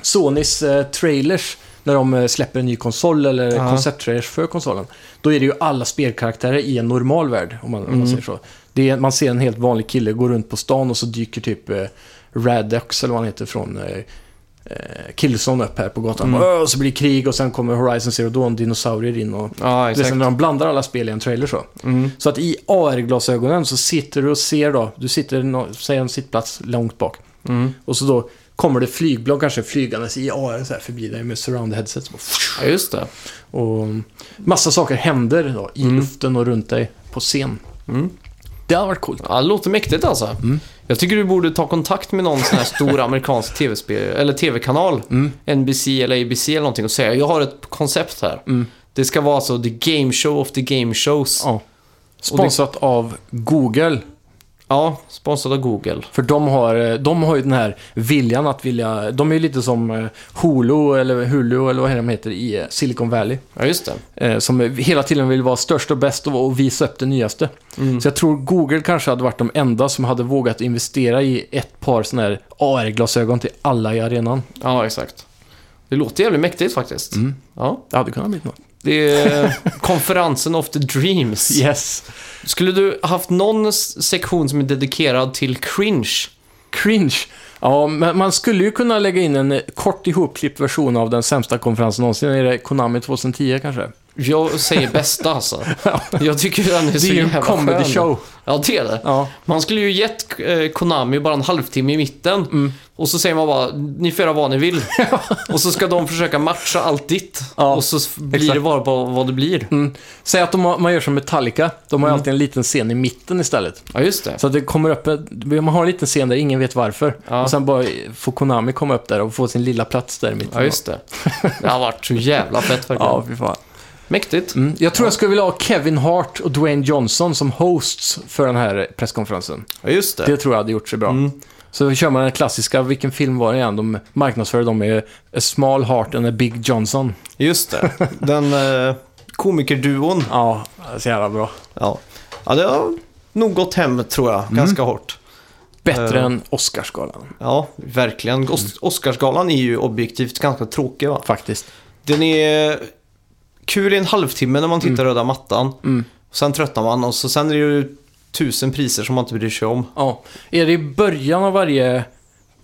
A: Sonys eh, trailers när de eh, släpper en ny konsol eller
B: Ja.
A: koncepttrailers för konsolen. Då är det ju alla spelkaraktärer i en normal värld, om man, om
B: Mm.
A: man säger så. Det är, man ser en helt vanlig kille gå runt på stan och så dyker typ eh, Radox, eller vad han heter, från eh, eh, Killzone upp här på gatan.
B: Mm.
A: Bara, "Åh", Och så blir det krig och sen kommer Horizon Zero Dawn, dinosaurier in och...
B: Ja,
A: Det är
B: exakt.
A: som när de blandar alla spel i en trailer så.
B: Mm.
A: Så att i AR-glasögonen så sitter du och ser då, du sitter, nå- säg en sittplats långt bak.
B: Mm.
A: Och så då kommer det flygblad kanske flygandes i AR så här förbi dig med surround headset. Så bara,
B: Ja, just det.
A: Och massa saker händer då i luften och runt dig på scen.
B: Mm.
A: Det hade varit coolt.
B: Ja, det låter mäktigt alltså.
A: Mm.
B: Jag tycker du borde ta kontakt med någon sån här stor amerikansk TV-spel, eller TV-kanal.
A: Mm.
B: NBC eller ABC eller någonting och säga jag har ett koncept här. Det ska vara alltså the game show of the game shows.
A: Mm. Ja. Sponsrat av Google.
B: Ja, sponsrad av Google.
A: För de har, eh, de har ju den här viljan att vilja... De är ju lite som eh, Hulu eller Hulu eller vad de heter i eh, Silicon Valley.
B: Ja, just det.
A: eh, Som hela tiden vill vara störst och bäst och och visa upp det nyaste. Så jag tror Google kanske hade varit de enda som hade vågat investera i ett par sådana här AR-glasögon till alla i arenan.
B: Ja, exakt. Det låter jävligt mäktigt faktiskt.
A: Mm.
B: Ja,
A: Det hade kunnat bli något.
B: det är konferensen of the dreams.
A: Yes.
B: Skulle du haft någon s- sektion som är dedikerad till cringe?
A: Cringe. Ja, men man skulle ju kunna lägga in en eh, kort ihopklippt version av den sämsta konferensen någonsin. Är det Konami 2010 kanske?
B: Jag säger bästa alltså. Jag tycker den är
A: Det
B: så
A: är ju
B: jävla
A: en comedy
B: skön.
A: show.
B: Ja, det är det.
A: Ja.
B: Man skulle ju gett eh, Konami bara en halvtimme i mitten.
A: Mm.
B: Och så säger man bara, ni får göra vad ni vill. och så ska de försöka matcha allt ditt.
A: Ja,
B: och så s- blir
A: exakt.
B: det bara vad, vad det blir.
A: Mm. Säg att de har, man gör som Metallica. De har ju alltid en liten scen i mitten istället.
B: Ja, just det.
A: Så att det kommer upp, en- man har en liten scen där ingen vet varför.
B: Ja.
A: Och sen bara får Konami komma upp där och få sin lilla plats där i mitten.
B: Ja, just det. Det har varit så jävla fett verkligen.
A: Ja, fy fan.
B: Mäktigt.
A: Mm. Jag tror jag skulle vilja ha Kevin Hart och Dwayne Johnson som hosts för den här presskonferensen.
B: Ja, just det.
A: Det tror jag hade gjort sig bra. Så kör man den klassiska, vilken film var det igen? De marknadsför dem med A Small Heart and a Big Johnson.
B: Just det. Den eh, komikerduon.
A: Ja, så jävla bra.
B: Ja. ja, det har nog gått hem tror jag. Ganska hårt.
A: Bättre
B: Eh.
A: än Oscarsgalan,
B: Ja, verkligen. Os- Oscarsgalan är ju objektivt ganska tråkig va?
A: faktiskt.
B: Den är kul i en halvtimme när man tittar röda mattan.
A: Mm.
B: Sen tröttnar man och så sen är det ju tusen priser som man inte bryr sig om.
A: Ja. Är det i början av varje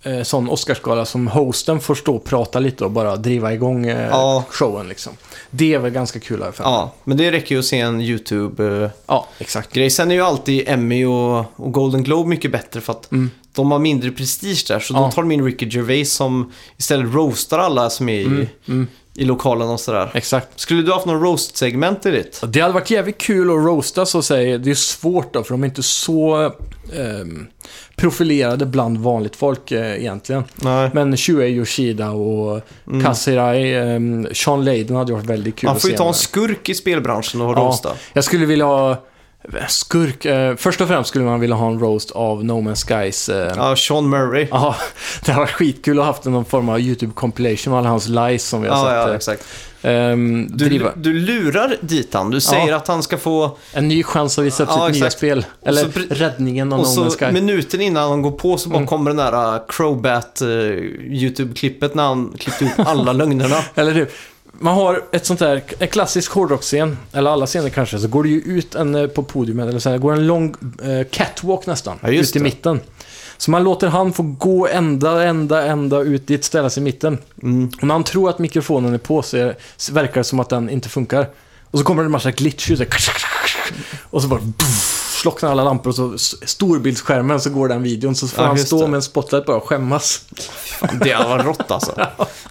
A: eh, sån Oscarsgala som hosten får stå och prata lite och bara driva igång eh,
B: Ja.
A: showen liksom? Det är väl ganska kul här för mig.
B: Ja, men det räcker ju att se en eh, YouTube-grej.
A: ja, exakt.
B: Sen är ju alltid Emmy och, och Golden Globe mycket bättre för att
A: Mm.
B: de har mindre prestige där. Så
A: Ja.
B: de tar de in Ricky Gervais som istället roastar alla som är i,
A: Mm.
B: i lokalen och sådär.
A: Exakt.
B: Skulle du haft någon roast-segment i ditt?
A: Ja, Det hade varit jävligt kul att roasta så att säga. Det är svårt då, för de är inte så ehm, profilerade bland vanligt folk eh, egentligen.
B: Nej.
A: Men Shuei Yoshida och
B: Mm.
A: Kasirai, ehm, Sean Layden hade varit väldigt kul
B: Man
A: att
B: får
A: se
B: ju ta en
A: med.
B: skurk i spelbranschen och
A: Ja.
B: roasta.
A: Jag skulle vilja ha skurk. Eh, först och främst skulle man vilja ha en roast av No Man's Skies. Eh, ja.
B: Ja, Sean Murray.
A: det hade varit skitkul att ha haft någon form av YouTube-compilation av alla hans lies som vi har
B: Ja, ja,
A: sett.
B: exakt.
A: eh, ehm,
B: Du,
A: driva.
B: du lurar dit han. Du säger
A: Ja.
B: att han ska få...
A: En ny chans att visa upp
B: Ja,
A: sitt nya
B: exakt.
A: spel. Eller
B: så pre-
A: räddningen av No
B: och så
A: Man's Sky.
B: minuten innan han går på så bara
A: Mm.
B: kommer den där äh, Crowbat eh, YouTube-klippet när han klippte ut alla lögnerna.
A: Eller hur? Man har ett sånt där, en klassisk hårdrocksscen, eller alla scener kanske, så går det ju ut en eh, på podiumet, eller så här, går en lång eh, catwalk nästan,
B: Ja, just
A: ut i
B: det.
A: mitten. Så man låter han få gå ända, ända, ända ut dit, ställa sig i mitten.
B: Mm.
A: Och när han tror att mikrofonen är på så, är, så verkar det som att den inte funkar. Och så kommer det en massa glitch ut, så här, och så bara pff, slocknar alla lampor och så s- storbildsskärmen så går den videon, så får
B: Ja,
A: han
B: just
A: stå
B: det.
A: med en spotlight bara och skämmas.
B: Fan, Det var rått alltså.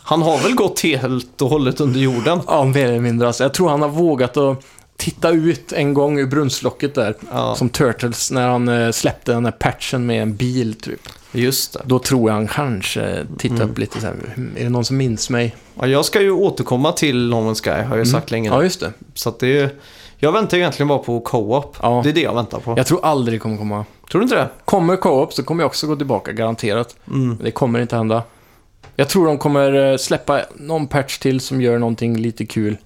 B: Han har väl gått helt och hållet under jorden.
A: Ja, mer eller mindre. Alltså, jag tror han har vågat att titta ut en gång ur brunnslocket där.
B: Ja,
A: Som Turtles när han eh, släppte den där patchen med en bil, typ.
B: just det.
A: Då tror jag han kanske eh, tittade upp lite så här, "Hmm, är det någon som minns mig?
B: Ja, jag ska ju återkomma till No Man's Sky har jag sagt länge nu.
A: Mm. Ja, just det.
B: Så att det är, Jag väntar ju egentligen bara på co-op.
A: Ja.
B: Det är det jag väntar på.
A: Jag tror aldrig det kommer komma.
B: Tror du inte det?
A: Kommer co-op så kommer jag också gå tillbaka, garanterat.
B: Mm.
A: Men det kommer inte hända. Jag tror de kommer eh, släppa någon patch till som gör någonting lite kul.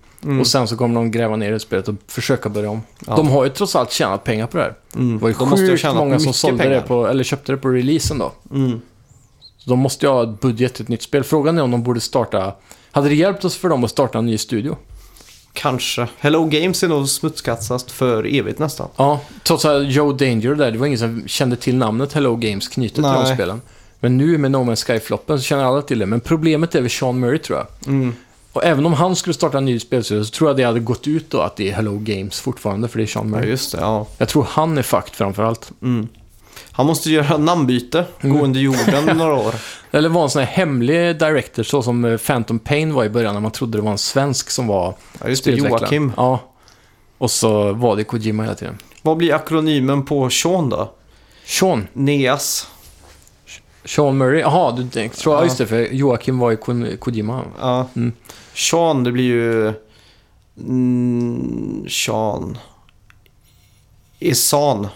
A: Och sen så kommer de gräva ner i spelet och försöka börja om.
B: Mm. Ja. Mm.
A: De har ju trots allt tjänat pengar på det här. Det var ju
B: De måste ha
A: sjukt
B: tjänat
A: många som
B: mycket
A: sålde
B: pengar.
A: det på, eller köpte det på releasen då.
B: Mm.
A: Så de måste ju ha ett budget till ett nytt spel. Frågan är om de borde starta... Hade det hjälpt oss för dem att starta en ny studio?
B: Kanske. Hello Games är nog smutskastat för evigt nästan.
A: Ja, trots att Joe Danger där, det var ingen som kände till namnet Hello Games knutet till de
B: Nej.
A: spelen. Men nu med No Man's Sky-floppen så känner alla till det. Men problemet är väl Sean Murray tror jag.
B: Mm.
A: Och även om han skulle starta en ny spelserie så tror jag det hade gått ut då att det är Hello Games fortfarande, för det är Sean
B: Ja, Mm.
A: Murray.
B: just det. Ja.
A: Jag tror han är fucked framförallt.
B: Han måste göra namnbyte,
A: Mm.
B: gå under jorden några år.
A: Eller var en sån här hemlig director så som eh, Phantom Pain var i början när man trodde det var en svensk som var
B: Ja, just det,
A: spelutvecklaren.
B: Joakim.
A: Ja. Och så var det Kojima hela tiden.
B: Vad blir akronymen på Sean då?
A: Sean.
B: Neas.
A: Sean Murray. Jaha, du tänkte- tror jag.
B: Ja.
A: Just det, för Joakim var ju Ko- Kojima.
B: Ja.
A: Mm.
B: Sean, det blir ju... Mm, Sean. Esan.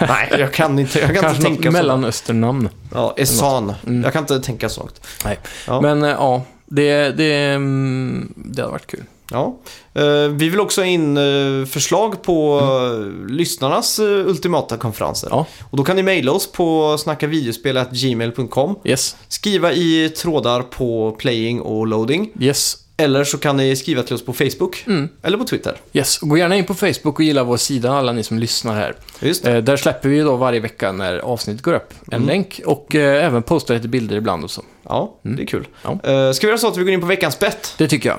B: Nej, jag kan inte, jag kan inte
A: Kanske något
B: tänka så.
A: mellanösternamn.
B: Ja, Esan.
A: Mm.
B: Jag kan inte tänka så långt.
A: Nej.
B: Ja.
A: Men eh, ja, det, det, mm, det hade varit kul.
B: Ja. Eh, vi vill också ha in eh, förslag på eh, lyssnarnas eh, ultimata konferenser.
A: Mm. Ja.
B: Och då kan ni mejla oss på snackavideospel.gmail.com
A: Yes,
B: Skriva i trådar på playing och loading.
A: yes,
B: Eller så kan ni skriva till oss på Facebook
A: Mm.
B: eller på Twitter.
A: yes. Gå gärna in på Facebook och gilla vår sida, alla ni som lyssnar här.
B: Just det.
A: Eh, där släpper vi då varje vecka när avsnittet går upp
B: Mm.
A: en länk och eh, även postar lite bilder ibland och så.
B: Ja, det är kul.
A: Ja.
B: Eh, ska vi göra så att vi går in på veckans bett?
A: Det tycker jag.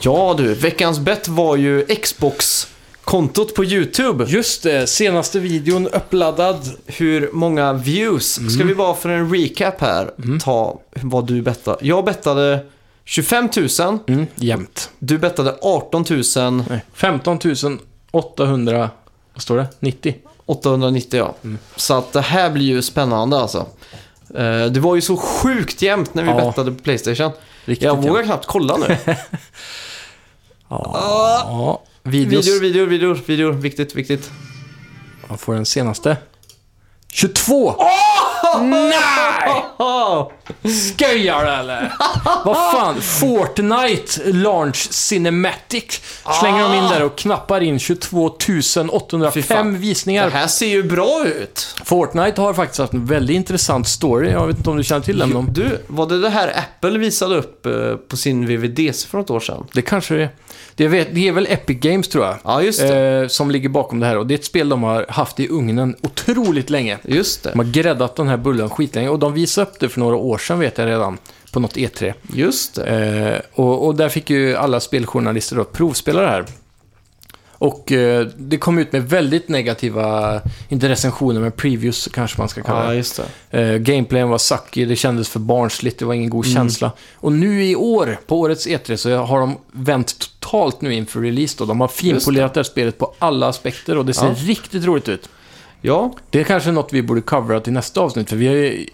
B: Ja du, veckans bett var ju Xbox-kontot på YouTube.
A: Just det, senaste videon uppladdad.
B: Hur många views? Ska vi bara för en recap här ta vad du bettade? Jag bettade 25 000,
A: Mm, jämnt.
B: du bettade 18
A: Nej. 15 800, vad står det? 90?
B: 890 ja. Så att det här blir ju spännande alltså. Eh, Det var ju så sjukt jämnt när vi
A: Ja.
B: bettade på Playstation.
A: Riktigt
B: Jag vågar
A: jämnt.
B: knappt kolla nu. Ah,
A: Ja, videos.
B: videor, videor, videor, videor. Viktigt, viktigt.
A: Man får den senaste. 22! Nej!
B: Ah,
A: Skojar du eller? Vad fan? Fortnite Launch Cinematic slänger de in där och knappar in 22
B: Fy
A: 805
B: fan.
A: visningar.
B: det här ser ju bra ut.
A: Fortnite har faktiskt haft en väldigt intressant story. Jag vet inte om du känner till den. men de-
B: Du, var det det här Apple visade upp eh, på sin VVDC för något år sedan?
A: Det kanske det är. Det är, det är väl Epic Games tror jag.
B: Ja, just det.
A: Eh, som ligger bakom det här och det är ett spel de har haft i ugnen otroligt länge.
B: Just det.
A: De har gräddat den här bullen skitlänge och de visade upp det för några år sedan vet jag redan. På något E E3.
B: Just det.
A: Eh, och, och där fick ju alla speljournalister då provspela det här. Och eh, det kom ut med väldigt negativa, inte recensioner, men previews kanske man ska kalla
B: Ja, Mm.
A: det.
B: just det.
A: Eh, gameplayen var sucky, det kändes för barnsligt, det var ingen god känsla. Och nu i år, på årets E3, så har de vänt totalt nu inför release då. De har finpolerat det här spelet på alla aspekter och det ser
B: Ja.
A: riktigt roligt ut.
B: Ja,
A: Det är kanske något vi borde covera till nästa avsnitt, för vi har ju...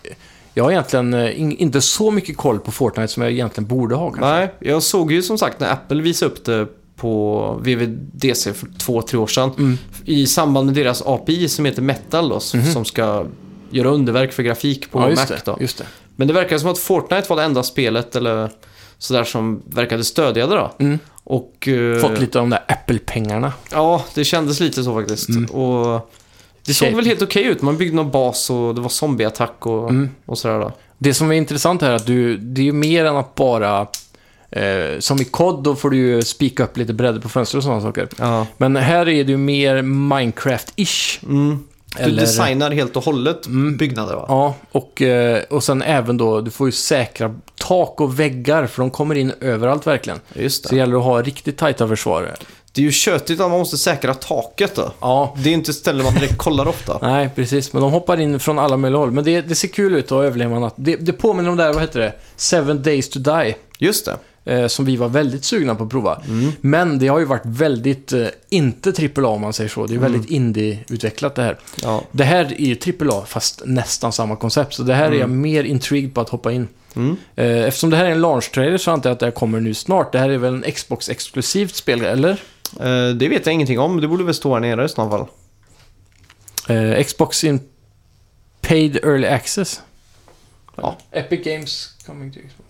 A: Jag har egentligen eh, in, inte så mycket koll på Fortnite som jag egentligen borde ha kanske.
B: nej. Jag såg ju som sagt när Apple visade upp det på VVDC för två, tre år sedan.
A: Mm.
B: I samband med deras API som heter Metal då, s- som ska göra underverk för grafik på
A: Mhm. ja, just
B: Mac.
A: det,
B: Då.
A: Just det.
B: Men det verkar som att Fortnite var det enda spelet eller sådär som verkade stödja det då.
A: Mm.
B: Och, eh,
A: Fått lite av de där Apple-pengarna.
B: Ja, det kändes lite så faktiskt. Och det såg
A: Okej.
B: väl helt okej ut. Man byggde någon bas och det var zombieattack och, och sådär då.
A: Det som är intressant här är att du, det är ju mer än att bara... Eh, som i COD, då får du ju spika upp lite bredder på fönster och sådana saker.
B: Ja.
A: Men här är det ju mer Minecraft-ish.
B: Du
A: Eller-
B: designar helt och hållet byggnader va?
A: Ja, och, eh, och sen även då, du får ju säkra tak och väggar, för de kommer in överallt verkligen.
B: Just
A: Så det
B: det.
A: gäller att ha riktigt tajta försvar.
B: Det är ju tjötigt att man måste säkra taket då.
A: Ja,
B: Det är inte ett ställe man direkt kollar ofta.
A: nej precis. Men de hoppar in från alla möjliga håll. Men det, det ser kul ut att överleva natt. Det, det påminner om det här, vad heter det? Seven Days To Die.
B: Just det.
A: eh, som vi var väldigt sugna på att prova. Men det har ju varit väldigt, eh, inte AAA om man säger så, det är väldigt indie-utvecklat det här.
B: Ja.
A: Det här är ju AAA fast nästan samma koncept, så det här är jag mer intrigued på att hoppa in.
B: Mm.
A: Eh, Eftersom det här är en launch-trailer så antar jag att det här kommer nu snart. Det här är väl en Xbox-exklusivt spel, eller?
B: Eh, det vet jag ingenting om. Det borde väl stå här nere i sådana fall.
A: Eh, Xbox in paid early access.
B: Ja.
A: Epic Games coming to Xbox.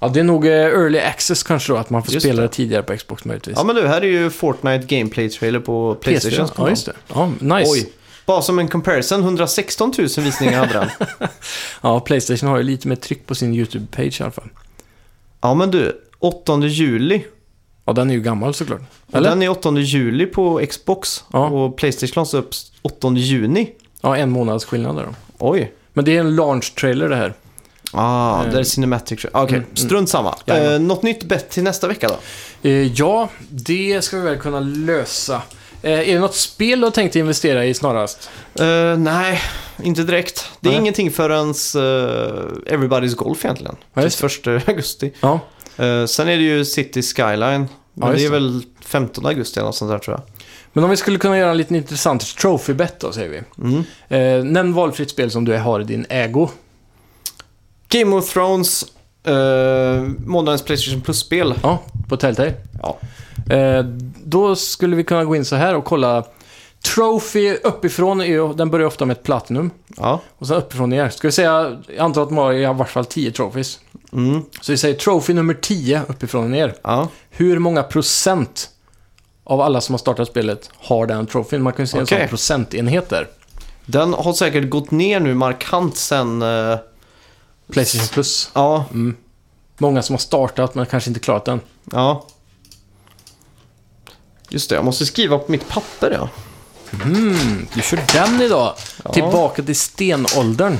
A: Ja, det är nog eh, early access kanske då, att man får
B: Just
A: spela
B: det.
A: det tidigare på Xbox möjligtvis.
B: Ja men du, här är ju Fortnite Gameplay Trailer på Playstation.
A: Ja, just det. Ja, nice.
B: Oj. Bara som en comparison, 116 000 visningar hade den.
A: Ja, Playstation har ju lite mer tryck på sin YouTube-page i alla fall.
B: Ja men du, 8 juli.
A: Ja, den är ju gammal såklart.
B: Och
A: Eller?
B: Den är 8 juli på Xbox
A: Ja.
B: och Playstation lades upp 8 juni.
A: Ja, en månads skillnad där då.
B: Oj.
A: Men det är en launch-trailer det här.
B: Ah,
A: Eh.
B: där är Cinematic. Okej,
A: Mm,
B: strunt samma.
A: Jajamän.
B: Eh, något nytt bett till nästa vecka då?
A: Eh, ja, det ska vi väl kunna lösa. Eh, är det något spel du har tänkt investera i snarast?
B: Eh, nej, inte direkt. Det är
A: Nej.
B: ingenting förrän eh, Everybody's Golf egentligen.
A: Ja,
B: Ja,
A: just
B: första augusti.
A: Ja.
B: Eh, sen är det ju City Skyline. Men
A: just
B: det
A: det.
B: är väl 15 augusti eller något sånt där tror jag.
A: Men om vi skulle kunna göra en liten intressant trophy-bet då, säger vi.
B: Mm.
A: Eh, nämn valfritt spel som du har i din ägo.
B: Game of Thrones, eh, månadens Playstation Plus-spel.
A: Ja, på Telltale.
B: Ja.
A: Eh, då skulle vi kunna gå in så här och kolla. Trophy uppifrån, är ju, den börjar ofta med ett platinum.
B: ja.
A: Och sen uppifrån ner. Ska vi säga, jag antar att man har i alla fall 10 trophies.
B: Mm.
A: Så vi säger trophy nummer 10 uppifrån och ner.
B: ja.
A: Hur många procent av alla som har startat spelet har den trofén? Man kan ju se en
B: Okej.
A: sån procentenhet där.
B: Den har säkert gått ner nu markant sen... eh,
A: Playstation Plus.
B: ja,
A: Många som har startat men kanske inte klarat den.
B: ja. Just det, jag måste skriva på mitt papper ja.
A: Du kör den idag.
B: Ja. Mm.
A: Tillbaka till stenåldern.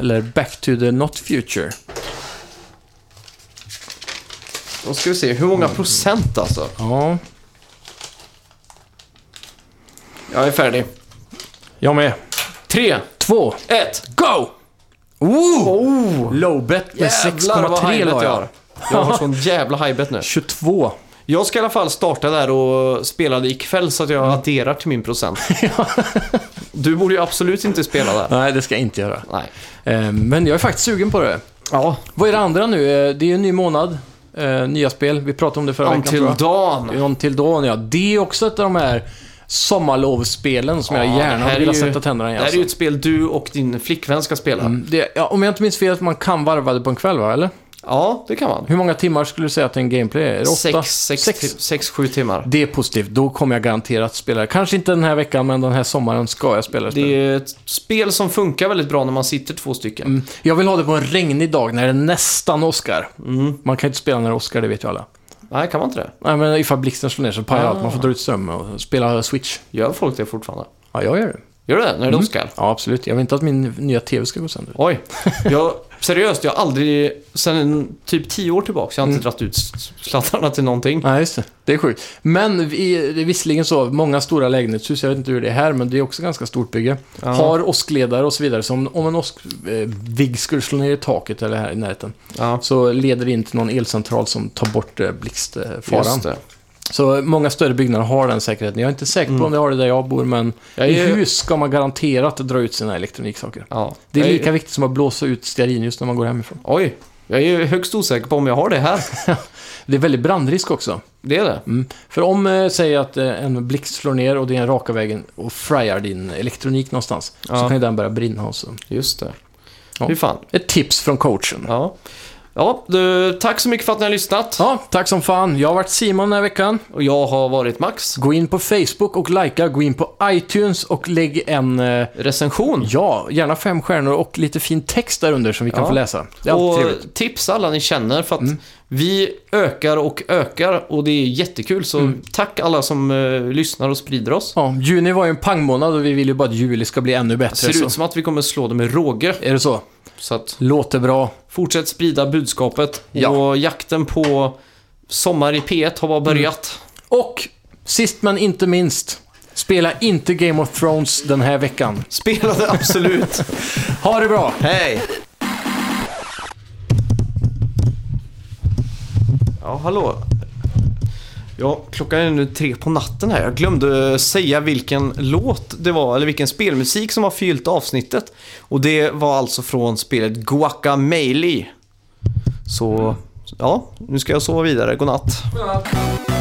A: Eller back to the not future.
B: Då ska vi se, hur många procent alltså?
A: Ja,
B: Jag är färdig.
A: jag med.
B: Tre,
A: Två,
B: ett.
A: go! Woo!
B: Oh!
A: Lowbet med
B: Jävlar vad
A: 6,3
B: high bet
A: la
B: jag
A: jag.
B: har. Jag har sån jävla high bet nu.
A: 22.
B: Jag ska i alla fall starta där och spela det ikväll så att jag adderar till min procent. du borde ju absolut inte spela där.
A: Nej, det ska jag inte göra.
B: Nej.
A: Eh, Men jag är faktiskt sugen på det.
B: Ja,
A: Vad är det andra nu? Eh, Det är ju en ny månad. eh, Nya spel. Vi pratade om det förra veckan
B: Until
A: tror jag.
B: Dawn.
A: Until Dawn, ja. Det är också ett av de här sommarlovsspelen som jag
B: Ja, det
A: gärna
B: här
A: hade
B: är
A: velat
B: ju-
A: sätta tänderna i.
B: Det här är
A: Alltså.
B: ju ett spel du och din flickvän ska spela.
A: Mm, det, ja, om jag inte minns fel, man kan varva det på en kväll, va? Eller?
B: Ja, det kan man.
A: Hur många timmar skulle du säga att en gameplay är? är? det Åtta?
B: Sex, sex, ti- sex, sju timmar.
A: Det är positivt. Då kommer jag garanterat spela det. Kanske inte den här veckan, men den här sommaren ska jag spela det.
B: Det
A: spelet.
B: är ett spel som funkar väldigt bra när man sitter två stycken.
A: Mm, Jag vill ha det på en regnig dag när det nästan Oscar. Man kan ju inte spela när det är Oscar, det vet ju alla.
B: Nej, kan man inte det?
A: Nej, men ifall blixten slår ner så pajar
B: Ah.
A: allt. Man får dra ut strömmen och spela Switch.
B: Gör folk det fortfarande?
A: Ja, jag gör det.
B: Gör det? När
A: Mm.
B: det är Oscar?
A: Ja, absolut. Jag vill inte att min nya TV ska gå sönder.
B: Oj. Jag, seriöst, jag har aldrig... Sen typ tio år tillbaka, jag har
A: Mm.
B: inte dragit ut sladdarna till någonting.
A: Nej, just det. Det är sjukt. Men vi, det är visserligen så, många stora lägenhetshus, jag vet inte hur det är här, men det är också ganska stort bygge.
B: Ja.
A: Har åskledare och så vidare, så om, om en åskvigg skulle slå ner i taket eller här i närheten,
B: Ja,
A: så leder det in till någon elcentral som tar bort eh, blixtfaran.
B: just det.
A: Så många större byggnader har den säkerheten. Jag är inte säker på om det har det där jag bor, men
B: Mm. Jag
A: i
B: är-
A: hus ska man garanterat dra ut sina elektroniksaker.
B: Ja.
A: Det är
B: Jag
A: lika viktigt som att blåsa ut stearinljus när man går hemifrån.
B: Oj. Jag är ju högst osäker på om jag har det här.
A: Det är väldigt brandrisk också.
B: Det är det.
A: Mm. För om, eh, säger att eh, en blixt slår ner och det är en raka vägen och fryar din elektronik någonstans, så
B: Ja.
A: kan ju den börja brinna och så.
B: Just det.
A: Ja.
B: Hur fan.
A: Ett tips från coachen.
B: Ja. Ja, du, tack så mycket för att ni har lyssnat.
A: Ja, tack som fan. Jag har varit Simon den här veckan.
B: Och jag har varit Max.
A: Gå in på Facebook och likea, gå in på iTunes och lägg en, eh,
B: Recension.
A: ja, gärna fem stjärnor och lite fin text där under som vi kan
B: Ja.
A: få läsa. Det är alltid
B: och
A: trevligt. Mm.
B: tipsa alla ni känner för att vi ökar och ökar och det är jättekul. Så
A: Mm.
B: tack alla som eh, lyssnar och sprider oss.
A: Ja, juni var ju en pangmånad och vi vill ju bara att juli ska bli ännu bättre.
B: Ser
A: så.
B: ut som att vi kommer slå det med råge.
A: Är det så?
B: Så att
A: Låter bra.
B: fortsätt sprida budskapet.
A: Ja. Mm.
B: Och jakten på Sommar i P1 har bara börjat.
A: Och sist men inte minst, spela inte Game of Thrones den här veckan.
B: Spela det absolut.
A: Ha det bra!
B: Hej! Ja, hallå. Ja, klockan är nu tre på natten här. Jag glömde säga vilken låt det var, eller vilken spelmusik som har fyllt avsnittet. Och det var alltså från spelet Guacamelee. Så, ja, nu ska jag sova vidare. God natt.
A: Ja.